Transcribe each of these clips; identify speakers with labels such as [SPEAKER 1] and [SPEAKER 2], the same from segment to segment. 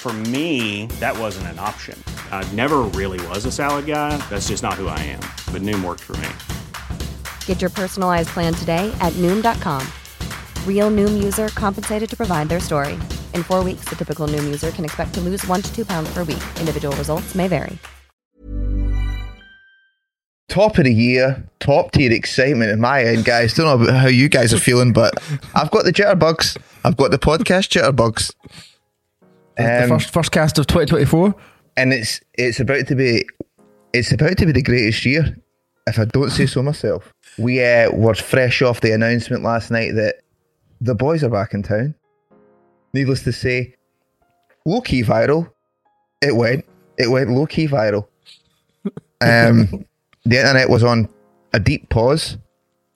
[SPEAKER 1] For me, that wasn't an option. I never really was a salad guy. That's just not who I am. But Noom worked for me.
[SPEAKER 2] Get your personalized plan today at Noom.com. Real Noom user compensated to provide their story. In four weeks, the typical Noom user can expect to lose one to two pounds per week. Individual results may vary.
[SPEAKER 3] top of the year, top tier excitement at my end, guys. Don't know about how you guys are feeling, but I've got the jitterbugs. I've got the podcast jitterbugs.
[SPEAKER 4] Uh, the
[SPEAKER 3] Um,
[SPEAKER 4] first first cast of 2024.
[SPEAKER 3] and it's it's about to be it's about to be the greatest year, if I don't say so myself. We uh, were fresh off the announcement last night that the boys are back in town. Needless to say, low key viral. It went. It went low key viral. Um, the internet was on a deep pause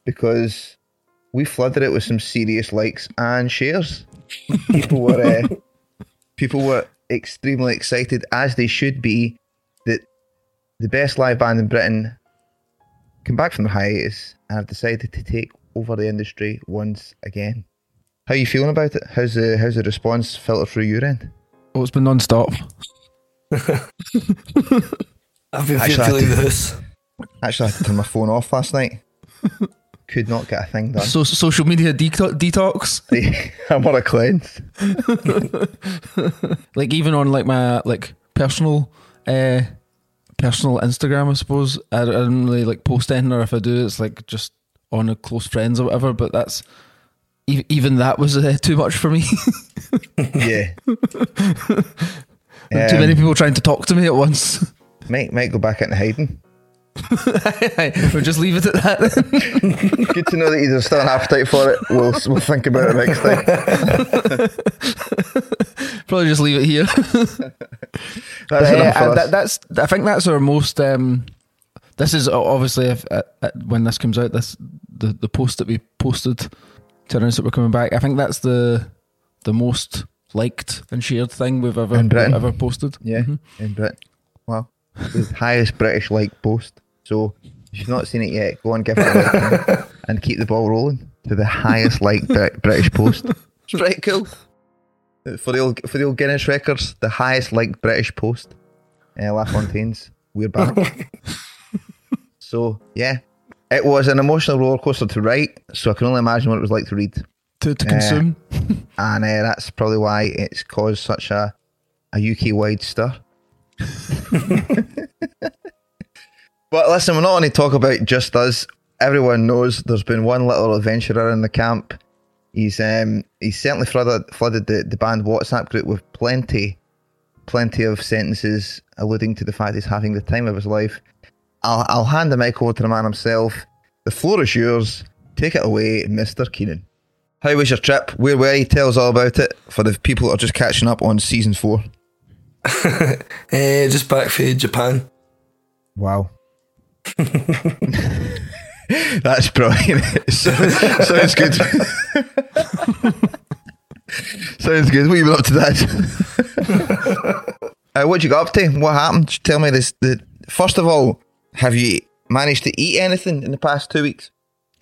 [SPEAKER 3] because we flooded it with some serious likes and shares. People were uh, people were extremely excited, as they should be, that the best live band in Britain come back from the hiatus and have decided to take over the industry once again. How you feeling about it? How's the how's the response filtered through your end?
[SPEAKER 4] Oh, it's been non-stop.
[SPEAKER 5] I've been
[SPEAKER 3] Actually, I
[SPEAKER 5] feeling
[SPEAKER 3] did-
[SPEAKER 5] this.
[SPEAKER 3] Actually, I had to turn my phone off last night. Could not get a thing done.
[SPEAKER 4] So, social media deto- detox.
[SPEAKER 3] I'm on a cleanse.
[SPEAKER 4] Like even on like my like personal, uh, personal Instagram. I suppose I, don't- I don't really like post anything, or if I do, it's like just on a close friends or whatever. But that's e- even that was uh, too much for me.
[SPEAKER 3] Yeah.
[SPEAKER 4] too many
[SPEAKER 3] Um,
[SPEAKER 4] people trying to talk to me at once.
[SPEAKER 3] Might might go back into hiding.
[SPEAKER 4] we'll just leave it at that. then.
[SPEAKER 3] Good to know that you're still an appetite for it. We'll we'll think about it next time.
[SPEAKER 4] Probably just leave it here.
[SPEAKER 3] That's
[SPEAKER 4] But,
[SPEAKER 3] enough
[SPEAKER 4] uh,
[SPEAKER 3] for
[SPEAKER 4] I,
[SPEAKER 3] us.
[SPEAKER 4] that- that's I think that's our most. Um, this is o- obviously if, uh, uh, when this comes out, this the, the post that we posted to announce that we're coming back. I think that's the the most liked and shared thing we've ever
[SPEAKER 3] In Britain.
[SPEAKER 4] we've ever posted.
[SPEAKER 3] Yeah, in Britain. Wow. The highest British like post. So if you've not seen it yet, go and give it a like and keep the ball rolling to the highest like Brit- British post. It's pretty cool. For the old for the old Guinness records, the highest liked British post. Uh, La Fontaine's. We're back. so yeah. It was an emotional roller coaster to write, so I can only imagine what it was like to read
[SPEAKER 4] To, to
[SPEAKER 3] Yeah.
[SPEAKER 4] consume,
[SPEAKER 3] and uh, that's probably why it's caused such a a UK wide stir. but listen, we're not only talk about just us. Everyone knows there's been one little adventurer in the camp. He's um he's certainly flooded flooded the, the band WhatsApp group with plenty, plenty of sentences alluding to the fact he's having the time of his life. I'll I'll hand the mic over to the man himself. The floor is yours. Take it away, Mr. Keenan. How was your trip? Where were you? Tell us all about it for the people that are just catching up on season four.
[SPEAKER 5] Eh, just back for Japan.
[SPEAKER 3] Wow. That's brilliant. So- Sounds good. Sounds good. What have you been up to, Dad? uh, what you got up to? What happened? Just Tell me this. The, first of all, have you managed to eat anything in the past two weeks?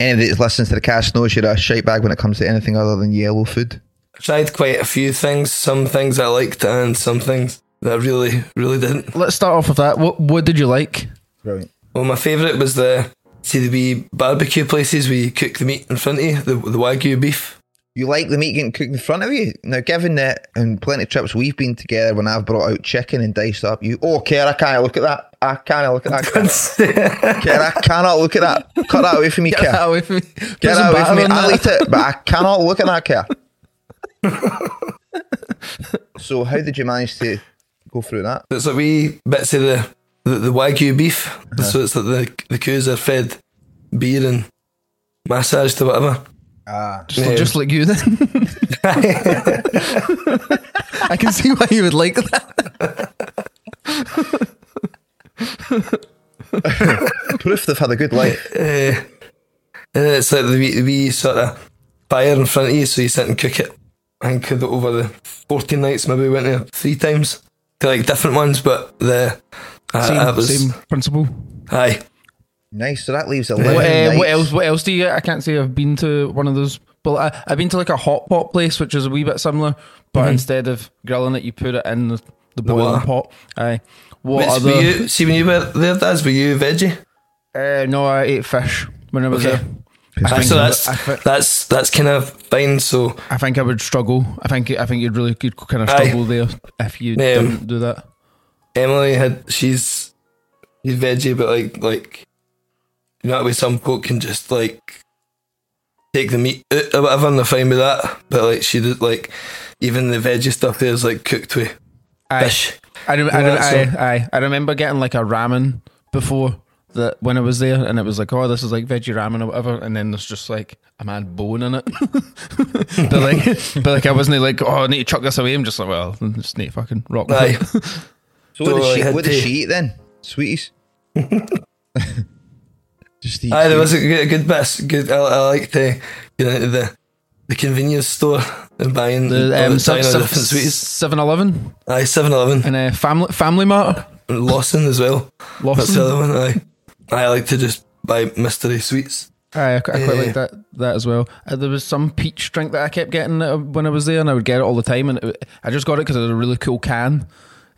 [SPEAKER 3] Anybody that listens to the cast knows you're a shite bag when it comes to anything other than yellow food.
[SPEAKER 5] I tried quite a few things, some things I liked and some things that I really, really didn't.
[SPEAKER 4] Let's start off with that. What what did you like?
[SPEAKER 3] Brilliant.
[SPEAKER 5] Well, my favourite was the, see the wee barbecue places where you cook the meat in front of you, the, the Wagyu beef.
[SPEAKER 3] You like the meat getting cooked in front of you? Now, given that and plenty of trips we've been together when I've brought out chicken and diced up, you, oh, Kerr, I can't look at that. I can't look at that. Kerr, Kerr, I cannot look at that. Cut that away from me, Kerr.
[SPEAKER 4] away from me.
[SPEAKER 3] Get that away from me. I'll eat it, but I cannot look at that Kerr. so, how did you manage to go through that?
[SPEAKER 5] It's like wee bits of the, the, the wagyu beef. So it's like the, the cows are fed beer and massaged or whatever.
[SPEAKER 3] Ah,
[SPEAKER 4] Just, just like you then. I can see why you would like that.
[SPEAKER 3] proof they've had a good life.
[SPEAKER 5] Uh, and then it's like the wee, the wee sort of fire in front of you, so you sit and cook it. I think cooked it over the 14 nights, maybe we went there three times to like different ones, but the. Uh,
[SPEAKER 4] Same,
[SPEAKER 5] that was,
[SPEAKER 4] same principle.
[SPEAKER 5] Aye.
[SPEAKER 3] Nice. So that leaves
[SPEAKER 4] What,
[SPEAKER 3] 11
[SPEAKER 4] uh,
[SPEAKER 3] nights.
[SPEAKER 4] what else? What else do you? get? I can't say I've been to one of those. But I, I've been to like a hot pot place, which is a wee bit similar. But instead of grilling it, you put it in the, the boiling
[SPEAKER 5] Mm-hmm. water.
[SPEAKER 4] pot. Aye. What
[SPEAKER 5] Which,
[SPEAKER 4] other?
[SPEAKER 5] were you, see, when you were there, Daz, were you veggie?
[SPEAKER 4] Uh, no, I ate fish when I was
[SPEAKER 5] Okay.
[SPEAKER 4] there.
[SPEAKER 5] Aye, so that's,
[SPEAKER 4] I think-
[SPEAKER 5] that's, that's kind of fine, so.
[SPEAKER 4] I think I would struggle. I think I think you'd really you'd kind of
[SPEAKER 5] Aye. um,
[SPEAKER 4] struggle there if you didn't do that.
[SPEAKER 5] Emily had she's she's veggie, but like like you know that way some folk can just like take the meat out or whatever, and they're fine with that. But like she did like even the veggie stuff there is like cooked with
[SPEAKER 4] Aye.
[SPEAKER 5] fish.
[SPEAKER 4] I, rem- I,
[SPEAKER 5] Yeah,
[SPEAKER 4] rem-
[SPEAKER 5] so-
[SPEAKER 4] I, I, I remember getting like a ramen before that when I was there, and it was like, oh, this is like veggie ramen or whatever, and then there's just like a mad bone in it. but like, but like I wasn't like, oh, I need to chuck this away. I'm just like, well, I just need to fucking rock. with
[SPEAKER 5] Aye.
[SPEAKER 4] it.
[SPEAKER 3] So what
[SPEAKER 5] So
[SPEAKER 3] did
[SPEAKER 5] I
[SPEAKER 3] she, what did
[SPEAKER 5] had
[SPEAKER 3] she
[SPEAKER 5] to-
[SPEAKER 3] eat then? Sweeties. Just eat.
[SPEAKER 5] Aye, there was
[SPEAKER 3] sweet-
[SPEAKER 5] a good, a good bit. Good, I, I like to get into the the convenience store and buying all
[SPEAKER 4] The
[SPEAKER 5] the
[SPEAKER 4] um,
[SPEAKER 5] China different sweets.
[SPEAKER 4] Seven Eleven
[SPEAKER 5] Aye, Seven Eleven
[SPEAKER 4] and uh, Family Family Mart.
[SPEAKER 5] and Lawson as well. That's the
[SPEAKER 4] Lawson.
[SPEAKER 5] other one. Aye, I like to just buy mystery sweets.
[SPEAKER 4] Aye, I, qu- I quite
[SPEAKER 5] Yeah.
[SPEAKER 4] like that that as well. Uh, there was some peach drink that I kept getting uh, when I was there, and I would get it all the time. And it, I just got it because it had a really cool can.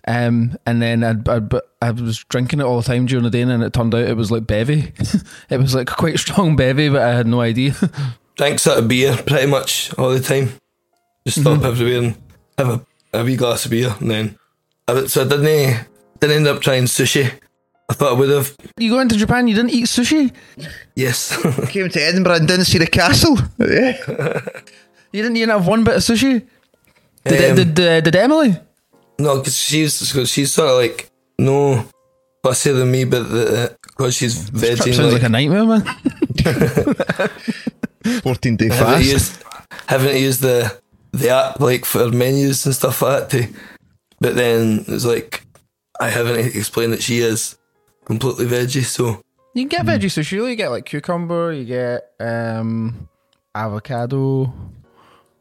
[SPEAKER 4] Um, and then I'd, I'd, but I was drinking it all the time during the day, and then it turned out it was like bevy. it was like quite strong bevy, but I had no idea.
[SPEAKER 5] drank sort of beer pretty much all the time. Just stop
[SPEAKER 4] Mm-hmm.
[SPEAKER 5] everywhere and have a, a wee glass of beer and then. I would- So I didn't, didn't end up trying sushi. I thought I would have.
[SPEAKER 4] you go into Japan, you didn't eat sushi,
[SPEAKER 5] Yes.
[SPEAKER 3] Came to Edinburgh and didn't see the castle. Yeah.
[SPEAKER 4] you didn't even have one bit of sushi. Did
[SPEAKER 5] Um,
[SPEAKER 4] did, uh, did, did Emily?
[SPEAKER 5] no, because she's, 'cause she's sort of like no fussier than me, but because she's
[SPEAKER 4] This trip
[SPEAKER 5] veggie.
[SPEAKER 4] sounds
[SPEAKER 5] and
[SPEAKER 4] like a nightmare, man.
[SPEAKER 3] 14 day
[SPEAKER 5] having, to
[SPEAKER 3] fast.
[SPEAKER 5] use, having to use the, the app like for menus and stuff like that. To, but then it's like I haven't explained that she is completely veggie, so.
[SPEAKER 4] You can
[SPEAKER 5] Hmm.
[SPEAKER 4] get veggie sushi. You get like cucumber. You get um, avocado.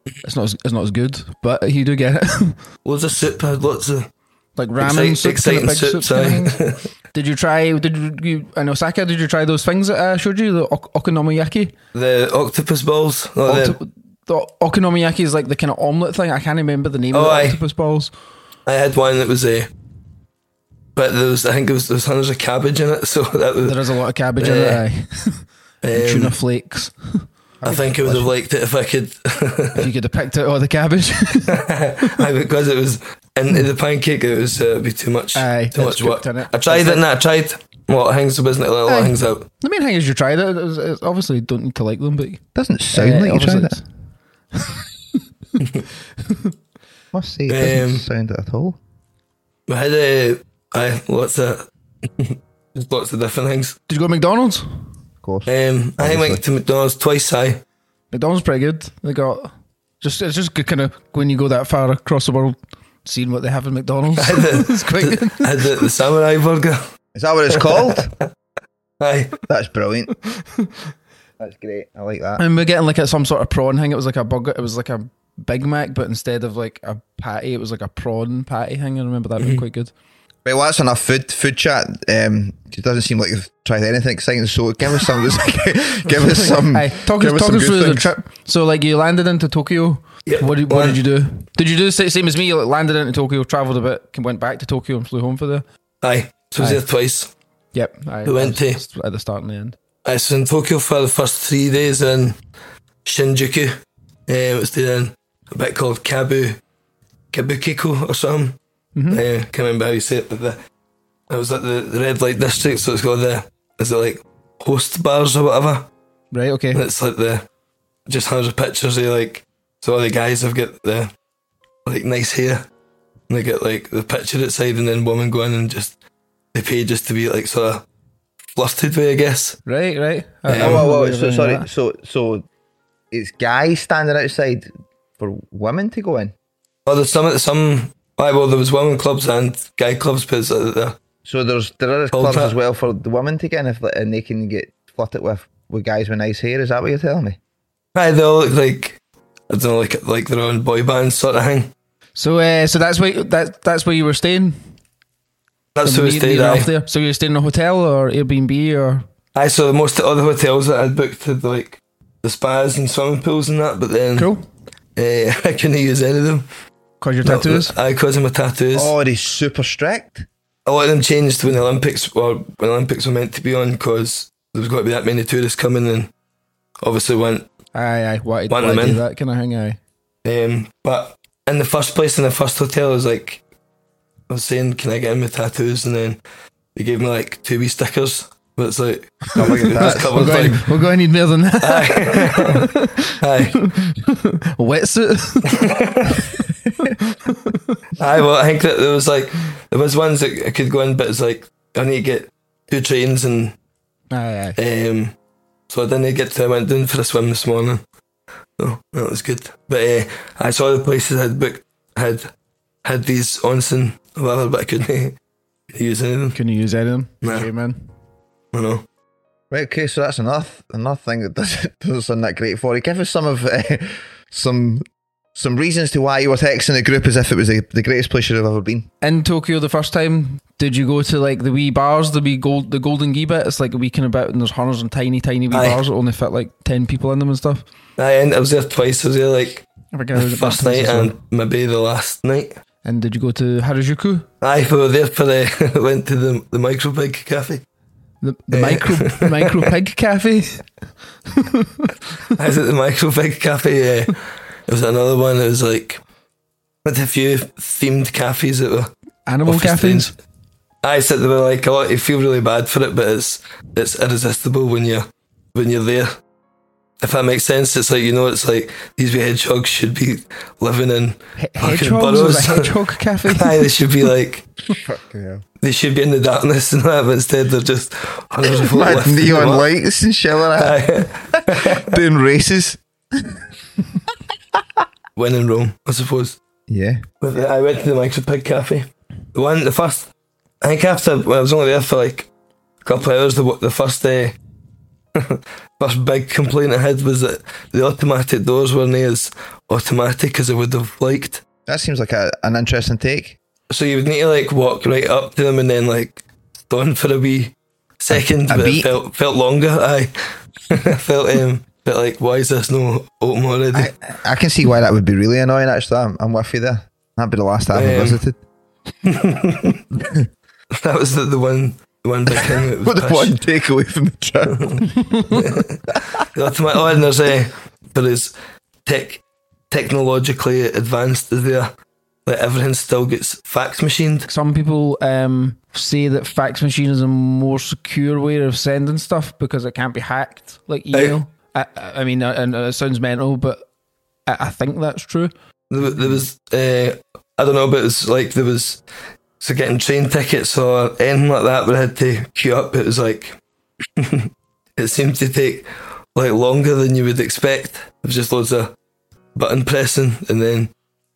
[SPEAKER 4] It's not. As, it's not as good, but you do get it.
[SPEAKER 5] Loads of soup, had lots of
[SPEAKER 4] like ramen,
[SPEAKER 5] Excite-
[SPEAKER 4] soup,
[SPEAKER 5] exciting
[SPEAKER 4] kind of big
[SPEAKER 5] soups,
[SPEAKER 4] soup kind of
[SPEAKER 5] aye.
[SPEAKER 4] thing. Did you try? Did you- you in Osaka? Did you try those things that I showed you? The ok- okonomiyaki.
[SPEAKER 5] the octopus balls. Oh, the-
[SPEAKER 4] Octo- the okonomiyaki is like the kind of omelet thing. I can't remember the name
[SPEAKER 5] Oh,
[SPEAKER 4] of the
[SPEAKER 5] aye.
[SPEAKER 4] octopus balls.
[SPEAKER 5] I had one that was a, but there was I think it was there was hundreds of cabbage in it, so that was.
[SPEAKER 4] There is a lot of cabbage in it.
[SPEAKER 5] Yeah.
[SPEAKER 4] Aye.
[SPEAKER 5] um,
[SPEAKER 4] Tuna flakes.
[SPEAKER 5] I think I would have liked it if I could,
[SPEAKER 4] If you could have picked out all the cabbage.
[SPEAKER 5] I- because it was into the pancake. It was uh, it'd be too much,
[SPEAKER 4] Aye,
[SPEAKER 5] too
[SPEAKER 4] it's
[SPEAKER 5] much work.
[SPEAKER 4] cooked in it.
[SPEAKER 5] I tried it, and I tried. What hangs the business? A
[SPEAKER 4] Aye.
[SPEAKER 5] lot hangs out.
[SPEAKER 4] the main thing is you tried it. It was- it's obviously you don't need to like them, but
[SPEAKER 3] Doesn't sound
[SPEAKER 4] Uh,
[SPEAKER 3] like you
[SPEAKER 4] obviously
[SPEAKER 3] tried that. Must say, it doesn't
[SPEAKER 5] Um,
[SPEAKER 3] sound it at all.
[SPEAKER 5] We had uh, aye, lots of just lots of different things.
[SPEAKER 4] Did you go to McDonald's?
[SPEAKER 3] Of course.
[SPEAKER 5] Um, I went to McDonald's twice. I
[SPEAKER 4] McDonald's pretty good. They got just it's just kind of when you go that far across the world, seeing what they have in McDonald's. it's quite good.
[SPEAKER 5] I had the, the samurai burger.
[SPEAKER 3] Is that what it's called?
[SPEAKER 5] Aye.
[SPEAKER 3] That's brilliant. That's great. I like that.
[SPEAKER 4] And we're getting like a, some sort of prawn thing. It was like a burger. It was like a
[SPEAKER 3] Mm-hmm.
[SPEAKER 4] Big Mac, but instead of like a patty, it was like a prawn patty thing. I remember that being quite good.
[SPEAKER 3] Right, well, that's enough food food chat. Um, it doesn't seem like you've tried anything exciting, so give us some. give us some.
[SPEAKER 4] Aye, talk
[SPEAKER 3] give
[SPEAKER 4] us,
[SPEAKER 3] us Mm.
[SPEAKER 4] talk
[SPEAKER 3] some
[SPEAKER 4] us
[SPEAKER 3] good
[SPEAKER 4] through the
[SPEAKER 3] things.
[SPEAKER 4] trip. So, like, you landed into Tokyo.
[SPEAKER 5] Yeah.
[SPEAKER 4] What, did, what
[SPEAKER 5] Well-
[SPEAKER 4] did you do? Did you do the sa- same as me? You like, landed into Tokyo, travelled a bit, came- went back to Tokyo and flew home for the.
[SPEAKER 5] Aye, so I was
[SPEAKER 4] Aye.
[SPEAKER 5] there twice.
[SPEAKER 4] Yep. Aye,
[SPEAKER 5] We went
[SPEAKER 4] that's- that's At the start and the end.
[SPEAKER 5] I was in Tokyo for the first three days in Shinjuku. Um, it was doing a bit called Kabu, Kabukiko or something. Uh, can't remember how you say it, but the, it was at the, the red light district, so it's got the, is it like host bars or whatever?
[SPEAKER 4] Right, okay.
[SPEAKER 5] And it's like the, just hundreds of pictures of like, so all the guys have got the, like nice hair. And they get like the picture outside and then women go in and just, they pay just to be like sort of flirted with, I guess.
[SPEAKER 4] Right, right. I-
[SPEAKER 5] Yeah.
[SPEAKER 4] I
[SPEAKER 3] Oh,
[SPEAKER 4] wasn't
[SPEAKER 3] whoa, whoa,
[SPEAKER 4] aware of
[SPEAKER 3] so
[SPEAKER 4] any of
[SPEAKER 3] sorry.
[SPEAKER 4] that.
[SPEAKER 3] So, so it's guys standing outside for women to go in.
[SPEAKER 5] Well, there's some some. Aye, well, there was women clubs and guy clubs, but it's, uh, the-
[SPEAKER 3] So there's there are
[SPEAKER 5] Full
[SPEAKER 3] clubs
[SPEAKER 5] chat.
[SPEAKER 3] as well for the women to get in, if and they can get flirted with with guys with nice hair. Is that what you're telling me?
[SPEAKER 5] aye, they all look like I don't know, like like their own boy band sort of thing.
[SPEAKER 4] So, uh, so that's where that that's where you were staying.
[SPEAKER 5] That's
[SPEAKER 4] So
[SPEAKER 5] who we
[SPEAKER 4] you-
[SPEAKER 5] stayed.
[SPEAKER 4] you were off
[SPEAKER 5] Aye.
[SPEAKER 4] there. So you were staying in a hotel or Airbnb or
[SPEAKER 5] aye, so the most all the hotels that I'd booked had like the spas and swimming pools and that, but then
[SPEAKER 4] cool
[SPEAKER 5] eh, I couldn't use any of them.
[SPEAKER 4] cause your tattoos.
[SPEAKER 5] I caused my tattoos.
[SPEAKER 3] Oh, they're super strict.
[SPEAKER 5] A lot of them changed when the Olympics well, when the Olympics were meant to be on because there was going to be that many tourists coming, and obviously went
[SPEAKER 4] Aye, aye. Why,
[SPEAKER 5] Want
[SPEAKER 4] why
[SPEAKER 5] them
[SPEAKER 4] do
[SPEAKER 5] in?
[SPEAKER 4] that kind of thing? Aye.
[SPEAKER 5] Um, but in the first place, in the first hotel, I was like, I was saying, can I get in my tattoos? And then they gave me like two wee stickers. But it's like,
[SPEAKER 3] Oh, look at
[SPEAKER 5] just
[SPEAKER 3] that.
[SPEAKER 5] covered
[SPEAKER 4] We're going,
[SPEAKER 5] like,
[SPEAKER 4] we're going to need more than that. A
[SPEAKER 5] Ah. aye,
[SPEAKER 4] wetsuit.
[SPEAKER 5] aye. Well, I think that there was like, there was ones that I could go in, but it's like, I need to get two trains, and
[SPEAKER 4] aye, aye.
[SPEAKER 5] um, so I didn't get to. I went down for a swim this morning. So that was good. But uh, I saw the places I'd booked had had these onsen, or whatever, but I couldn't use any of them.
[SPEAKER 4] Couldn't use any of them.
[SPEAKER 5] No.
[SPEAKER 4] Shame, man.
[SPEAKER 5] You know.
[SPEAKER 3] Right. Okay. So that's another another thing that doesn't doesn't sound that great for you. Give us some of uh, some some reasons to why you were texting the group as if it was the, the greatest place you've ever been.
[SPEAKER 4] in Tokyo the first time, did you go to like the wee bars, the wee gold, the golden gee bit? It's like a wee kind of bit, and there's hundreds and tiny, tiny wee
[SPEAKER 5] Aye.
[SPEAKER 4] bars that only fit like ten people in them and stuff.
[SPEAKER 5] I end, I was there twice. I was there like
[SPEAKER 4] I forget
[SPEAKER 5] the
[SPEAKER 4] how that
[SPEAKER 5] first
[SPEAKER 4] place
[SPEAKER 5] night
[SPEAKER 4] is called.
[SPEAKER 5] and maybe the last night.
[SPEAKER 4] And did you go to Harajuku,
[SPEAKER 5] Aye, we were there for er the went to the the micro big cafe.
[SPEAKER 4] the, the
[SPEAKER 5] Eh.
[SPEAKER 4] micro micro pig cafe?
[SPEAKER 5] I was at the micro big cafe. øh, Yeah, it was another one. It was like with a few themed cafes that were
[SPEAKER 4] Animal
[SPEAKER 5] Office
[SPEAKER 4] cafes.
[SPEAKER 5] things. I said they were like a lot. You feel really bad for it, but it's it's irresistible when you when you're there. If that makes sense, it's like you know, it's like these wee hedgehogs should be living in
[SPEAKER 4] He-
[SPEAKER 5] fucking
[SPEAKER 4] hedgehogs is a
[SPEAKER 5] burrows.
[SPEAKER 4] hedgehog cafe.
[SPEAKER 5] Aye, they should be like
[SPEAKER 3] Yeah.
[SPEAKER 5] they should be in the darkness and that, but instead they're just hundreds of folk
[SPEAKER 3] Mad
[SPEAKER 5] lifting
[SPEAKER 3] neon
[SPEAKER 5] them up.
[SPEAKER 3] lights and shit like that.
[SPEAKER 5] Aye.
[SPEAKER 3] Doing races.
[SPEAKER 5] When in Rome, I suppose.
[SPEAKER 3] Yeah.
[SPEAKER 5] With the, I went to the Micro Pig Cafe. The one, the first, I think after well, I was only there for like a couple of hours. The the first day, first big complaint I had was that the automatic doors weren't as automatic as I would have liked.
[SPEAKER 3] That seems like a, an interesting take.
[SPEAKER 5] So you would need to like walk right up to them and then like stand for a wee second,
[SPEAKER 3] A- a
[SPEAKER 5] but
[SPEAKER 3] beat.
[SPEAKER 5] it felt felt longer. I felt um felt like why is this no open already?
[SPEAKER 3] I, I can see why that would be really annoying. Actually, I'm, I'm with you there. That'd be the last time I
[SPEAKER 5] Um,
[SPEAKER 3] visited.
[SPEAKER 5] that was the, the one the one big thing that was
[SPEAKER 3] What the
[SPEAKER 5] pissed.
[SPEAKER 3] one takeaway from the trip?
[SPEAKER 5] The ultimate oh, and there's a but as tech technologically advanced as they are, like everything still gets fax machined.
[SPEAKER 4] Some people um, say that fax machine is a more secure way of sending stuff because it can't be hacked like email. I, I I mean, I, I know it sounds mental, but I, I think that's true.
[SPEAKER 5] There, wa- there was uh, I don't know, but it was like there was so getting train tickets or anything like that. We had to queue up. It was like it seemed to take like longer than you would expect. There was just loads of button pressing, and then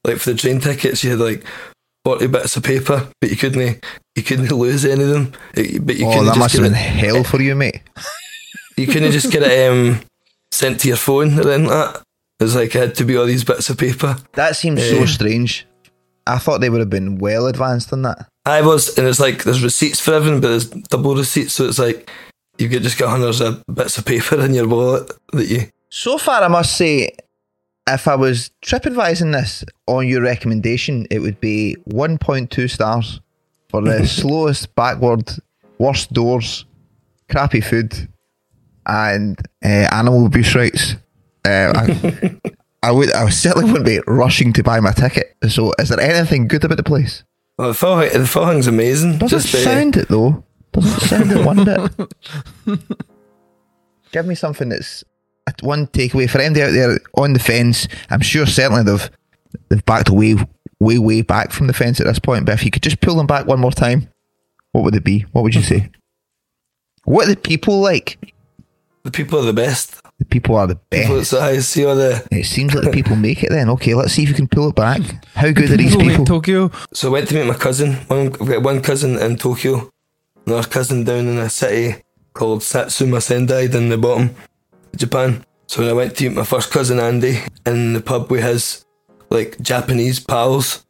[SPEAKER 5] like for the train tickets, you had like. 40 bits of paper, but you couldn't you couldn't lose any of them. It- But you
[SPEAKER 3] oh,
[SPEAKER 5] couldn't
[SPEAKER 3] that
[SPEAKER 5] just
[SPEAKER 3] must
[SPEAKER 5] get
[SPEAKER 3] have been
[SPEAKER 5] it-
[SPEAKER 3] hell for you, mate.
[SPEAKER 5] You couldn't just get it um, sent to your phone or anything like that. It was like it had to be all these bits of paper.
[SPEAKER 3] That seems so
[SPEAKER 5] Yeah.
[SPEAKER 3] strange. I thought they would have been well advanced in that.
[SPEAKER 5] I was, and it's like there's receipts for everything, but there's double receipts, so it's like you get just got hundreds of bits of paper in your wallet that you.
[SPEAKER 3] So far, I must say, if I was trip advising this on your recommendation, it would be 1.2 stars for the slowest, backward, worst doors, crappy food, and uh, animal abuse rights. Uh, I, I would, I certainly wouldn't be rushing to buy my ticket. So, is there anything good about the place?
[SPEAKER 5] Well, the full the full thing's amazing.
[SPEAKER 3] Doesn't
[SPEAKER 5] uh,
[SPEAKER 3] sound it though. Doesn't sound it one bit. Give me something that's at one takeaway for anybody out there on the fence. I'm sure certainly they've they've backed away, way, way back from the fence at this point. But if you could just pull them back one more time, what would it be? What would you say? What are the people like?
[SPEAKER 5] the people are the best.
[SPEAKER 3] The people are the
[SPEAKER 5] People
[SPEAKER 3] best.
[SPEAKER 5] that's I see all the.
[SPEAKER 3] It seems like the people make it. Then okay, let's see if you can pull it back. How good are these
[SPEAKER 4] People make
[SPEAKER 3] people?
[SPEAKER 4] Tokyo.
[SPEAKER 5] So I went to meet my cousin. One, I've got one cousin in Tokyo, another cousin down in a city called Satsuma Sendai down the bottom, of Japan. So when I went to meet my first cousin Andy in the pub with his like Japanese pals,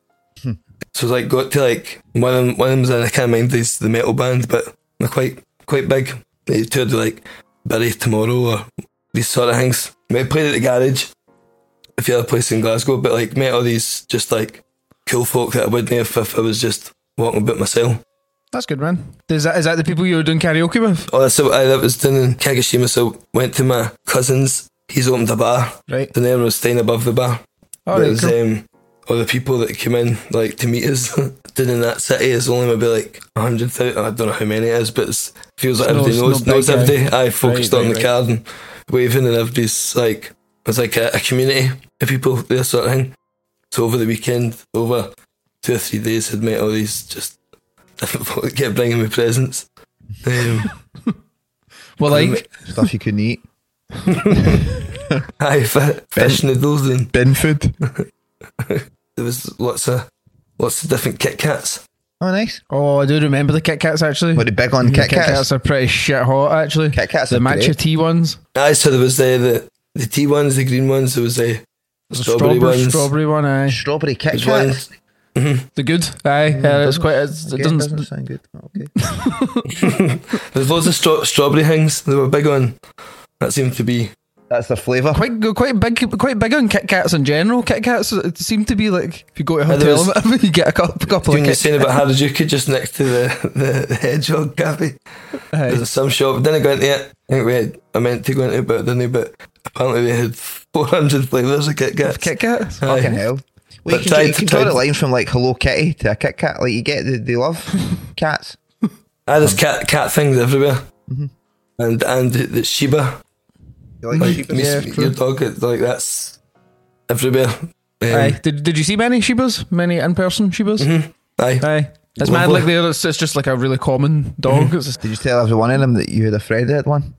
[SPEAKER 5] so like got to like one of them, one of them's in I can't mind these the metal band, but they're quite quite big. They toured like Bury Tomorrow or these sort of things. We played at the garage, a few other places in Glasgow, but like met all these just like cool folk that I wouldn't have if I was just walking about myself.
[SPEAKER 4] That's good, man. Is that is that the people you were doing karaoke with?
[SPEAKER 5] Oh, so I that was down in Kagoshima, so went to my cousin's. He's opened a bar.
[SPEAKER 4] Right.
[SPEAKER 5] The name was staying above the bar.
[SPEAKER 4] All
[SPEAKER 5] it
[SPEAKER 4] right,
[SPEAKER 5] was
[SPEAKER 4] cool.
[SPEAKER 5] um, all the people that came in like to meet us down in that city. It's only maybe like hundred thousand. I don't know how many it is, but it feels like
[SPEAKER 4] It's
[SPEAKER 5] everybody
[SPEAKER 4] no- it's
[SPEAKER 5] knows
[SPEAKER 4] no
[SPEAKER 5] knows
[SPEAKER 4] big, uh,
[SPEAKER 5] everybody. I focused
[SPEAKER 4] right,
[SPEAKER 5] on
[SPEAKER 4] right,
[SPEAKER 5] the
[SPEAKER 4] right.
[SPEAKER 5] card and waving, and everybody's like it's like a, a community of people there sort of thing. So over the weekend, over two or three days, had met all these just different folk that kept bringing me presents. Um,
[SPEAKER 4] Well, like
[SPEAKER 3] Stuff you couldn't eat.
[SPEAKER 5] Aye, fi- fish noodles and
[SPEAKER 3] Bin food.
[SPEAKER 5] there was lots of lots of different Kit Kats.
[SPEAKER 3] Oh, nice.
[SPEAKER 4] oh, I do remember the Kit Kats actually.
[SPEAKER 3] What the big on Kit
[SPEAKER 4] Kit
[SPEAKER 3] Kats?
[SPEAKER 4] Kats are pretty shit hot actually.
[SPEAKER 3] Kit Kats
[SPEAKER 4] the
[SPEAKER 3] are
[SPEAKER 4] matcha
[SPEAKER 3] great.
[SPEAKER 4] tea ones,
[SPEAKER 5] Aye, Ah, so there was the the, the tea ones, the green ones. There was the
[SPEAKER 4] There's a
[SPEAKER 5] strawberry ones.
[SPEAKER 4] strawberry one. Aye,
[SPEAKER 3] Strawberry Kit
[SPEAKER 5] There's one-
[SPEAKER 3] Kats.
[SPEAKER 4] the good. Aye, uh, it's
[SPEAKER 3] doesn't-
[SPEAKER 4] quite. It's, it
[SPEAKER 3] Okay,
[SPEAKER 4] doesn't.
[SPEAKER 3] sound good. Oh, Okay.
[SPEAKER 5] There's loads of stra- strawberry things. They were big on. That seemed to be
[SPEAKER 3] That's the flavour.
[SPEAKER 4] Quite go- quite big, quite big on Kit Kats in general. Kit Kats uh, seem to be like if you go to a
[SPEAKER 5] Uh, there
[SPEAKER 4] hotel, you get a couple, couple
[SPEAKER 5] doing
[SPEAKER 4] of
[SPEAKER 5] the
[SPEAKER 4] Kit
[SPEAKER 5] saying about Harajuku just next to the, the, the hedgehog cafe. There's some shop. Didn't go into it. I think we had, I meant to go into it, but I didn't. But apparently they had 400 flavours of Kit Kats.
[SPEAKER 4] Kit Kats.
[SPEAKER 5] Aye.
[SPEAKER 3] Fucking hell. Well,
[SPEAKER 5] But
[SPEAKER 3] you can,
[SPEAKER 5] try-
[SPEAKER 3] get, you can
[SPEAKER 5] try-
[SPEAKER 3] draw the line from like Hello Kitty to a Kit Kat. Like you get the, they love cats.
[SPEAKER 5] Aye, Ah, there's cat cat things everywhere. And and the, the Shiba.
[SPEAKER 3] They like
[SPEAKER 5] Like,
[SPEAKER 3] sheep.
[SPEAKER 5] me-
[SPEAKER 4] Yeah,
[SPEAKER 5] your dog, it- like that's everywhere. Um,
[SPEAKER 4] Aye. Did, did you see many Shibas? Many in person Shibas?
[SPEAKER 5] aye.
[SPEAKER 4] Aye. It's mad
[SPEAKER 5] Lovely.
[SPEAKER 4] like there. It's, it's just like a really common dog. It's just,
[SPEAKER 3] Did you tell every one of them that you had a friend that had one?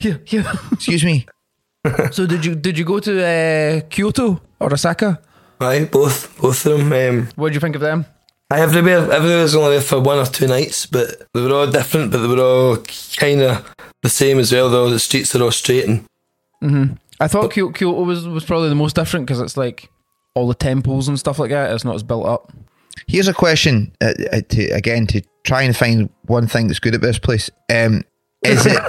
[SPEAKER 4] yeah, yeah.
[SPEAKER 3] Excuse me.
[SPEAKER 4] so did you did you go to uh, Kyoto or Osaka?
[SPEAKER 5] Aye, both both of them. Um,
[SPEAKER 4] What did you think of them?
[SPEAKER 5] aye, everywhere. Everywhere was only there for one or two nights, but they were all different. But they were all kind of the same as well. Though the streets are all straight and
[SPEAKER 4] I thought Kyoto, Kyoto was was probably the most different because it's like all the temples and stuff like that. It's not as built up.
[SPEAKER 3] Here's a question uh, uh, to again to try and find one thing that's good about this place. Um, is it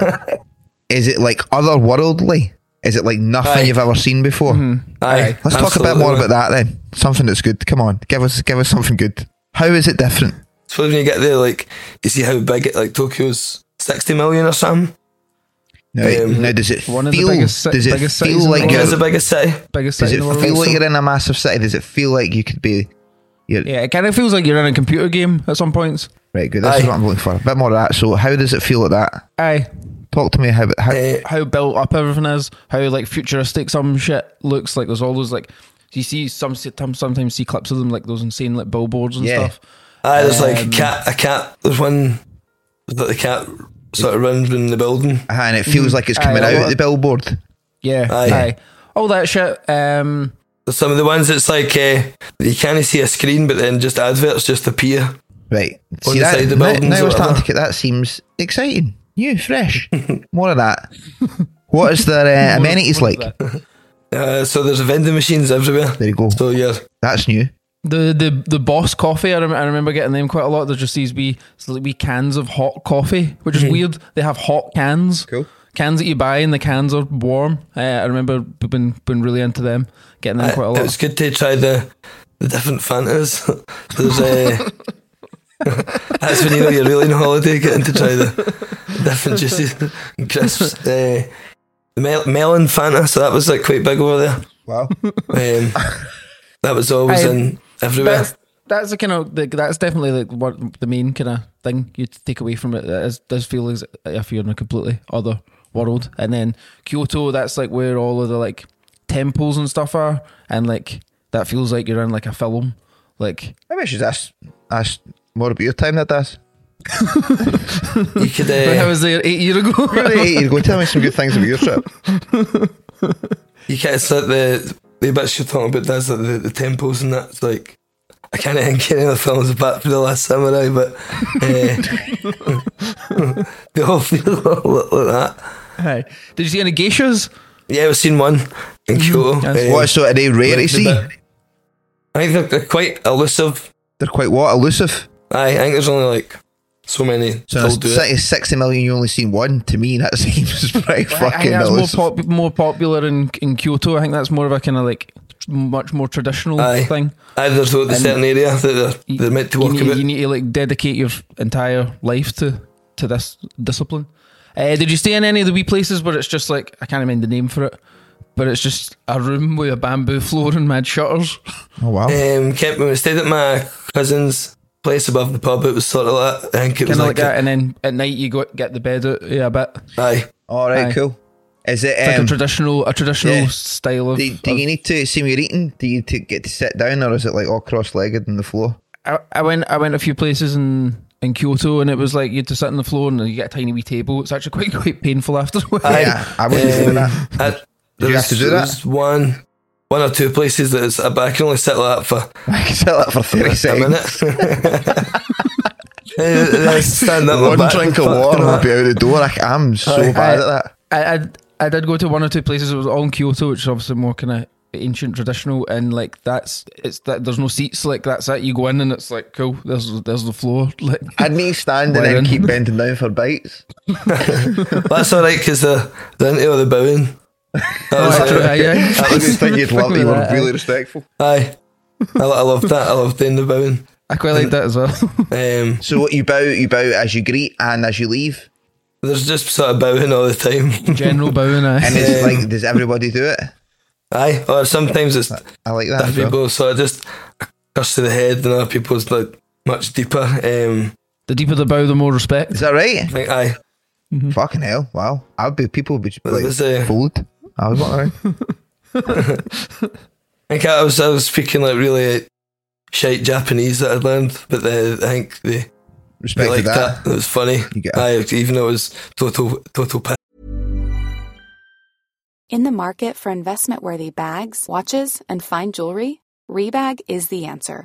[SPEAKER 3] is it like otherworldly? Is it like nothing
[SPEAKER 5] Aye.
[SPEAKER 3] you've ever seen before?
[SPEAKER 4] Mm-hmm.
[SPEAKER 5] aye.
[SPEAKER 3] Let's talk a bit
[SPEAKER 5] absolutely.
[SPEAKER 3] more about that then. Something that's good. Come on, give us give us something good. How is it different?
[SPEAKER 5] So when you get there, like you see how big it, like Tokyo's sixty million or something.
[SPEAKER 3] Now,
[SPEAKER 5] Um,
[SPEAKER 3] now does it
[SPEAKER 4] One of the
[SPEAKER 3] feel?
[SPEAKER 4] biggest ci-
[SPEAKER 3] does it
[SPEAKER 4] biggest cities in
[SPEAKER 3] feel
[SPEAKER 4] the
[SPEAKER 3] like
[SPEAKER 4] world.
[SPEAKER 5] Like,
[SPEAKER 3] you're
[SPEAKER 5] it's the biggest city.
[SPEAKER 4] Biggest
[SPEAKER 3] Does
[SPEAKER 4] city
[SPEAKER 3] it
[SPEAKER 4] in the
[SPEAKER 3] feel
[SPEAKER 4] world.
[SPEAKER 3] like you're in a massive city? Does it feel like you could be? You're,
[SPEAKER 4] yeah, it kind of feels like you're in a computer game at some points.
[SPEAKER 3] Right, good. This is
[SPEAKER 5] Aye.
[SPEAKER 3] what I'm looking for. A bit more of that. So, how does it feel at that?
[SPEAKER 4] Aye.
[SPEAKER 3] Talk to me how. how
[SPEAKER 5] Eh,
[SPEAKER 4] how built up everything is, how like futuristic some shit looks. Like there's all those like you see some some- sometimes see clips of them like those insane like billboards and
[SPEAKER 3] Yeah.
[SPEAKER 4] stuff.
[SPEAKER 5] aye, there's like a
[SPEAKER 4] Um,
[SPEAKER 5] cat. A cat. There's one that the cat sort of runs in the building.
[SPEAKER 3] Aye, uh, and it
[SPEAKER 4] mm,
[SPEAKER 3] feels like it's coming
[SPEAKER 4] Aye,
[SPEAKER 3] out
[SPEAKER 4] well,
[SPEAKER 3] at the billboard.
[SPEAKER 4] Yeah,
[SPEAKER 5] Aye.
[SPEAKER 4] aye, all that shit. Um,
[SPEAKER 5] Some of the ones it's like uh, you can't see a screen, but then just adverts just appear.
[SPEAKER 3] Right.
[SPEAKER 5] the
[SPEAKER 3] See that?
[SPEAKER 5] side of the
[SPEAKER 3] now,
[SPEAKER 5] buildings
[SPEAKER 3] now
[SPEAKER 5] or
[SPEAKER 3] we're starting
[SPEAKER 5] whatever.
[SPEAKER 3] to get that seems exciting, new, fresh. more of that. What is their uh, amenities
[SPEAKER 4] what is
[SPEAKER 3] like?
[SPEAKER 4] that?
[SPEAKER 5] Uh, so there's vending machines everywhere.
[SPEAKER 3] There you go.
[SPEAKER 5] So you're
[SPEAKER 3] That's new.
[SPEAKER 4] The the the boss coffee. I, rem- I remember getting them quite a lot. There's just these wee it's like wee cans of hot coffee, which is weird. They have hot cans.
[SPEAKER 3] Cool.
[SPEAKER 4] Cans that you buy and the cans are warm. Uh, I remember been been really into them, getting them quite a
[SPEAKER 5] It
[SPEAKER 4] lot.
[SPEAKER 5] was good to try the the different Fantas. There's uh, that's when you know you're really on holiday, getting to try the different juices and crisps. Uh, the mel- melon Fanta, so that was like quite big over there.
[SPEAKER 3] Wow.
[SPEAKER 5] Um, that was always
[SPEAKER 4] I-
[SPEAKER 5] in everywhere.
[SPEAKER 4] That's that's the kind of the, that's definitely like what the main kind of thing you take away from it. That is, does feel as if you're in a completely other world. And then Kyoto, that's like where all of the like temples and stuff are, and like that feels like you're in like a film. Like
[SPEAKER 3] I wish you'd asked, asked more about your time that does.
[SPEAKER 5] You could
[SPEAKER 4] I
[SPEAKER 5] uh,
[SPEAKER 4] was there eight years ago.
[SPEAKER 3] Really, you go tell me some good things about your trip.
[SPEAKER 5] you kind of like the the bits you're talking about. That's like the, the temples and that's like. I can't think of any other films apart from The Last Samurai, but uh, they all feel like that.
[SPEAKER 4] Aye. Did you see any geishas?
[SPEAKER 5] Yeah, we've seen one in Kyoto.
[SPEAKER 4] Mm-hmm. Yes.
[SPEAKER 5] Um,
[SPEAKER 3] What sort of they rare to
[SPEAKER 5] like the
[SPEAKER 3] see?
[SPEAKER 5] bit- I think they're, they're quite elusive.
[SPEAKER 3] They're quite what elusive.
[SPEAKER 5] Aye, I think there's only like so many.
[SPEAKER 3] So
[SPEAKER 5] that'll do it.
[SPEAKER 3] sixty sixty million, you only seen one. To me, that seems pretty
[SPEAKER 4] I- I think
[SPEAKER 3] fucking
[SPEAKER 4] that's
[SPEAKER 3] elusive.
[SPEAKER 4] more pop, more popular in in Kyoto. I think that's more of a kind of like much more traditional
[SPEAKER 5] Aye.
[SPEAKER 4] thing.
[SPEAKER 5] Aye, there's like the
[SPEAKER 4] And
[SPEAKER 5] certain area that they're,
[SPEAKER 4] You-
[SPEAKER 5] they're meant to
[SPEAKER 4] you
[SPEAKER 5] walk
[SPEAKER 4] need,
[SPEAKER 5] about.
[SPEAKER 4] You need to like dedicate your entire life to to this discipline. Uh, did you stay in any of the wee places where it's just like I can't remember the name for it, but it's just a room with a bamboo floor and mad shutters?
[SPEAKER 3] oh wow!
[SPEAKER 4] Eh,
[SPEAKER 5] um, kept, when we stayed at my cousin's place above the pub, it was sort of like, I think it was
[SPEAKER 4] Kind of like
[SPEAKER 5] like,
[SPEAKER 4] that, and then at night you go get the bed out yeah, a bit.
[SPEAKER 5] a- aye.
[SPEAKER 3] All right,
[SPEAKER 4] Aye.
[SPEAKER 3] cool. Is it?
[SPEAKER 4] It's like a
[SPEAKER 3] um,
[SPEAKER 4] traditional, a traditional
[SPEAKER 3] yeah.
[SPEAKER 4] style of.
[SPEAKER 3] do, do
[SPEAKER 4] of-
[SPEAKER 3] you need to see me eating? Do you to get to sit down, or is it like all cross-legged on the floor?
[SPEAKER 4] I, I went, I went a few places in in Kyoto, and it was like you had to sit on the floor and you get a tiny wee table. It's actually quite quite painful afterwards.
[SPEAKER 5] Aye.
[SPEAKER 3] Yeah, I wouldn't do that.
[SPEAKER 5] Um, I- there
[SPEAKER 3] you
[SPEAKER 5] was-
[SPEAKER 3] have to do
[SPEAKER 5] there
[SPEAKER 3] that?
[SPEAKER 5] was one, one or two places that is, I can only sit like that for
[SPEAKER 3] I can sell that for thirty
[SPEAKER 5] a
[SPEAKER 3] seconds.
[SPEAKER 5] minute. I stand up
[SPEAKER 3] One
[SPEAKER 5] my back
[SPEAKER 3] drink of
[SPEAKER 5] fucking
[SPEAKER 3] water, and I'll
[SPEAKER 5] that.
[SPEAKER 3] be out the door. I, I'm so
[SPEAKER 5] Aye.
[SPEAKER 3] bad at that.
[SPEAKER 4] I, I I did go to one or two places. It was all in Kyoto, which is obviously more kind of ancient, traditional, and like that's it's that there's no seats. Like that's it. You go in and it's like cool. There's there's the floor. Like
[SPEAKER 3] I'd me standing
[SPEAKER 4] Why
[SPEAKER 3] there and
[SPEAKER 4] then?
[SPEAKER 3] keep bending down for bites.
[SPEAKER 5] That's all right because they're, they're into all the bowing. That was it.
[SPEAKER 4] Aye, aye.
[SPEAKER 3] I didn't think you'd love it. You were
[SPEAKER 4] Aye.
[SPEAKER 3] really respectful.
[SPEAKER 5] Aye, I, I loved that. I loved doing the bowing.
[SPEAKER 4] I quite like that as well.
[SPEAKER 5] Um,
[SPEAKER 3] So what you bow, you bow as you greet and as you leave,
[SPEAKER 5] there's just sort of bowing all the time.
[SPEAKER 4] General bowing.
[SPEAKER 3] and
[SPEAKER 4] I,
[SPEAKER 3] it's
[SPEAKER 5] Yeah.
[SPEAKER 3] like, does everybody do it?
[SPEAKER 5] Aye, or sometimes it's
[SPEAKER 3] I like that.
[SPEAKER 5] different
[SPEAKER 3] as well.
[SPEAKER 5] people sort of just curse to the head, and other people's like much deeper. Um,
[SPEAKER 4] the deeper the bow, the more respect.
[SPEAKER 3] Is that right?
[SPEAKER 5] I think aye,
[SPEAKER 4] Mm-hmm.
[SPEAKER 3] Fucking hell! Wow, I'd be people would
[SPEAKER 5] Well,
[SPEAKER 3] like
[SPEAKER 5] there's a-
[SPEAKER 3] fooled. I was walking around.
[SPEAKER 5] I think I was I was speaking like really shite Japanese that I'd learned, but they, I think they, they
[SPEAKER 3] Respected
[SPEAKER 5] liked
[SPEAKER 3] that.
[SPEAKER 5] that. It was funny.
[SPEAKER 3] You get-
[SPEAKER 5] Aye, even though it was total total piss.
[SPEAKER 6] In the market for investment worthy bags, watches, and fine jewelry, Rebag is the answer.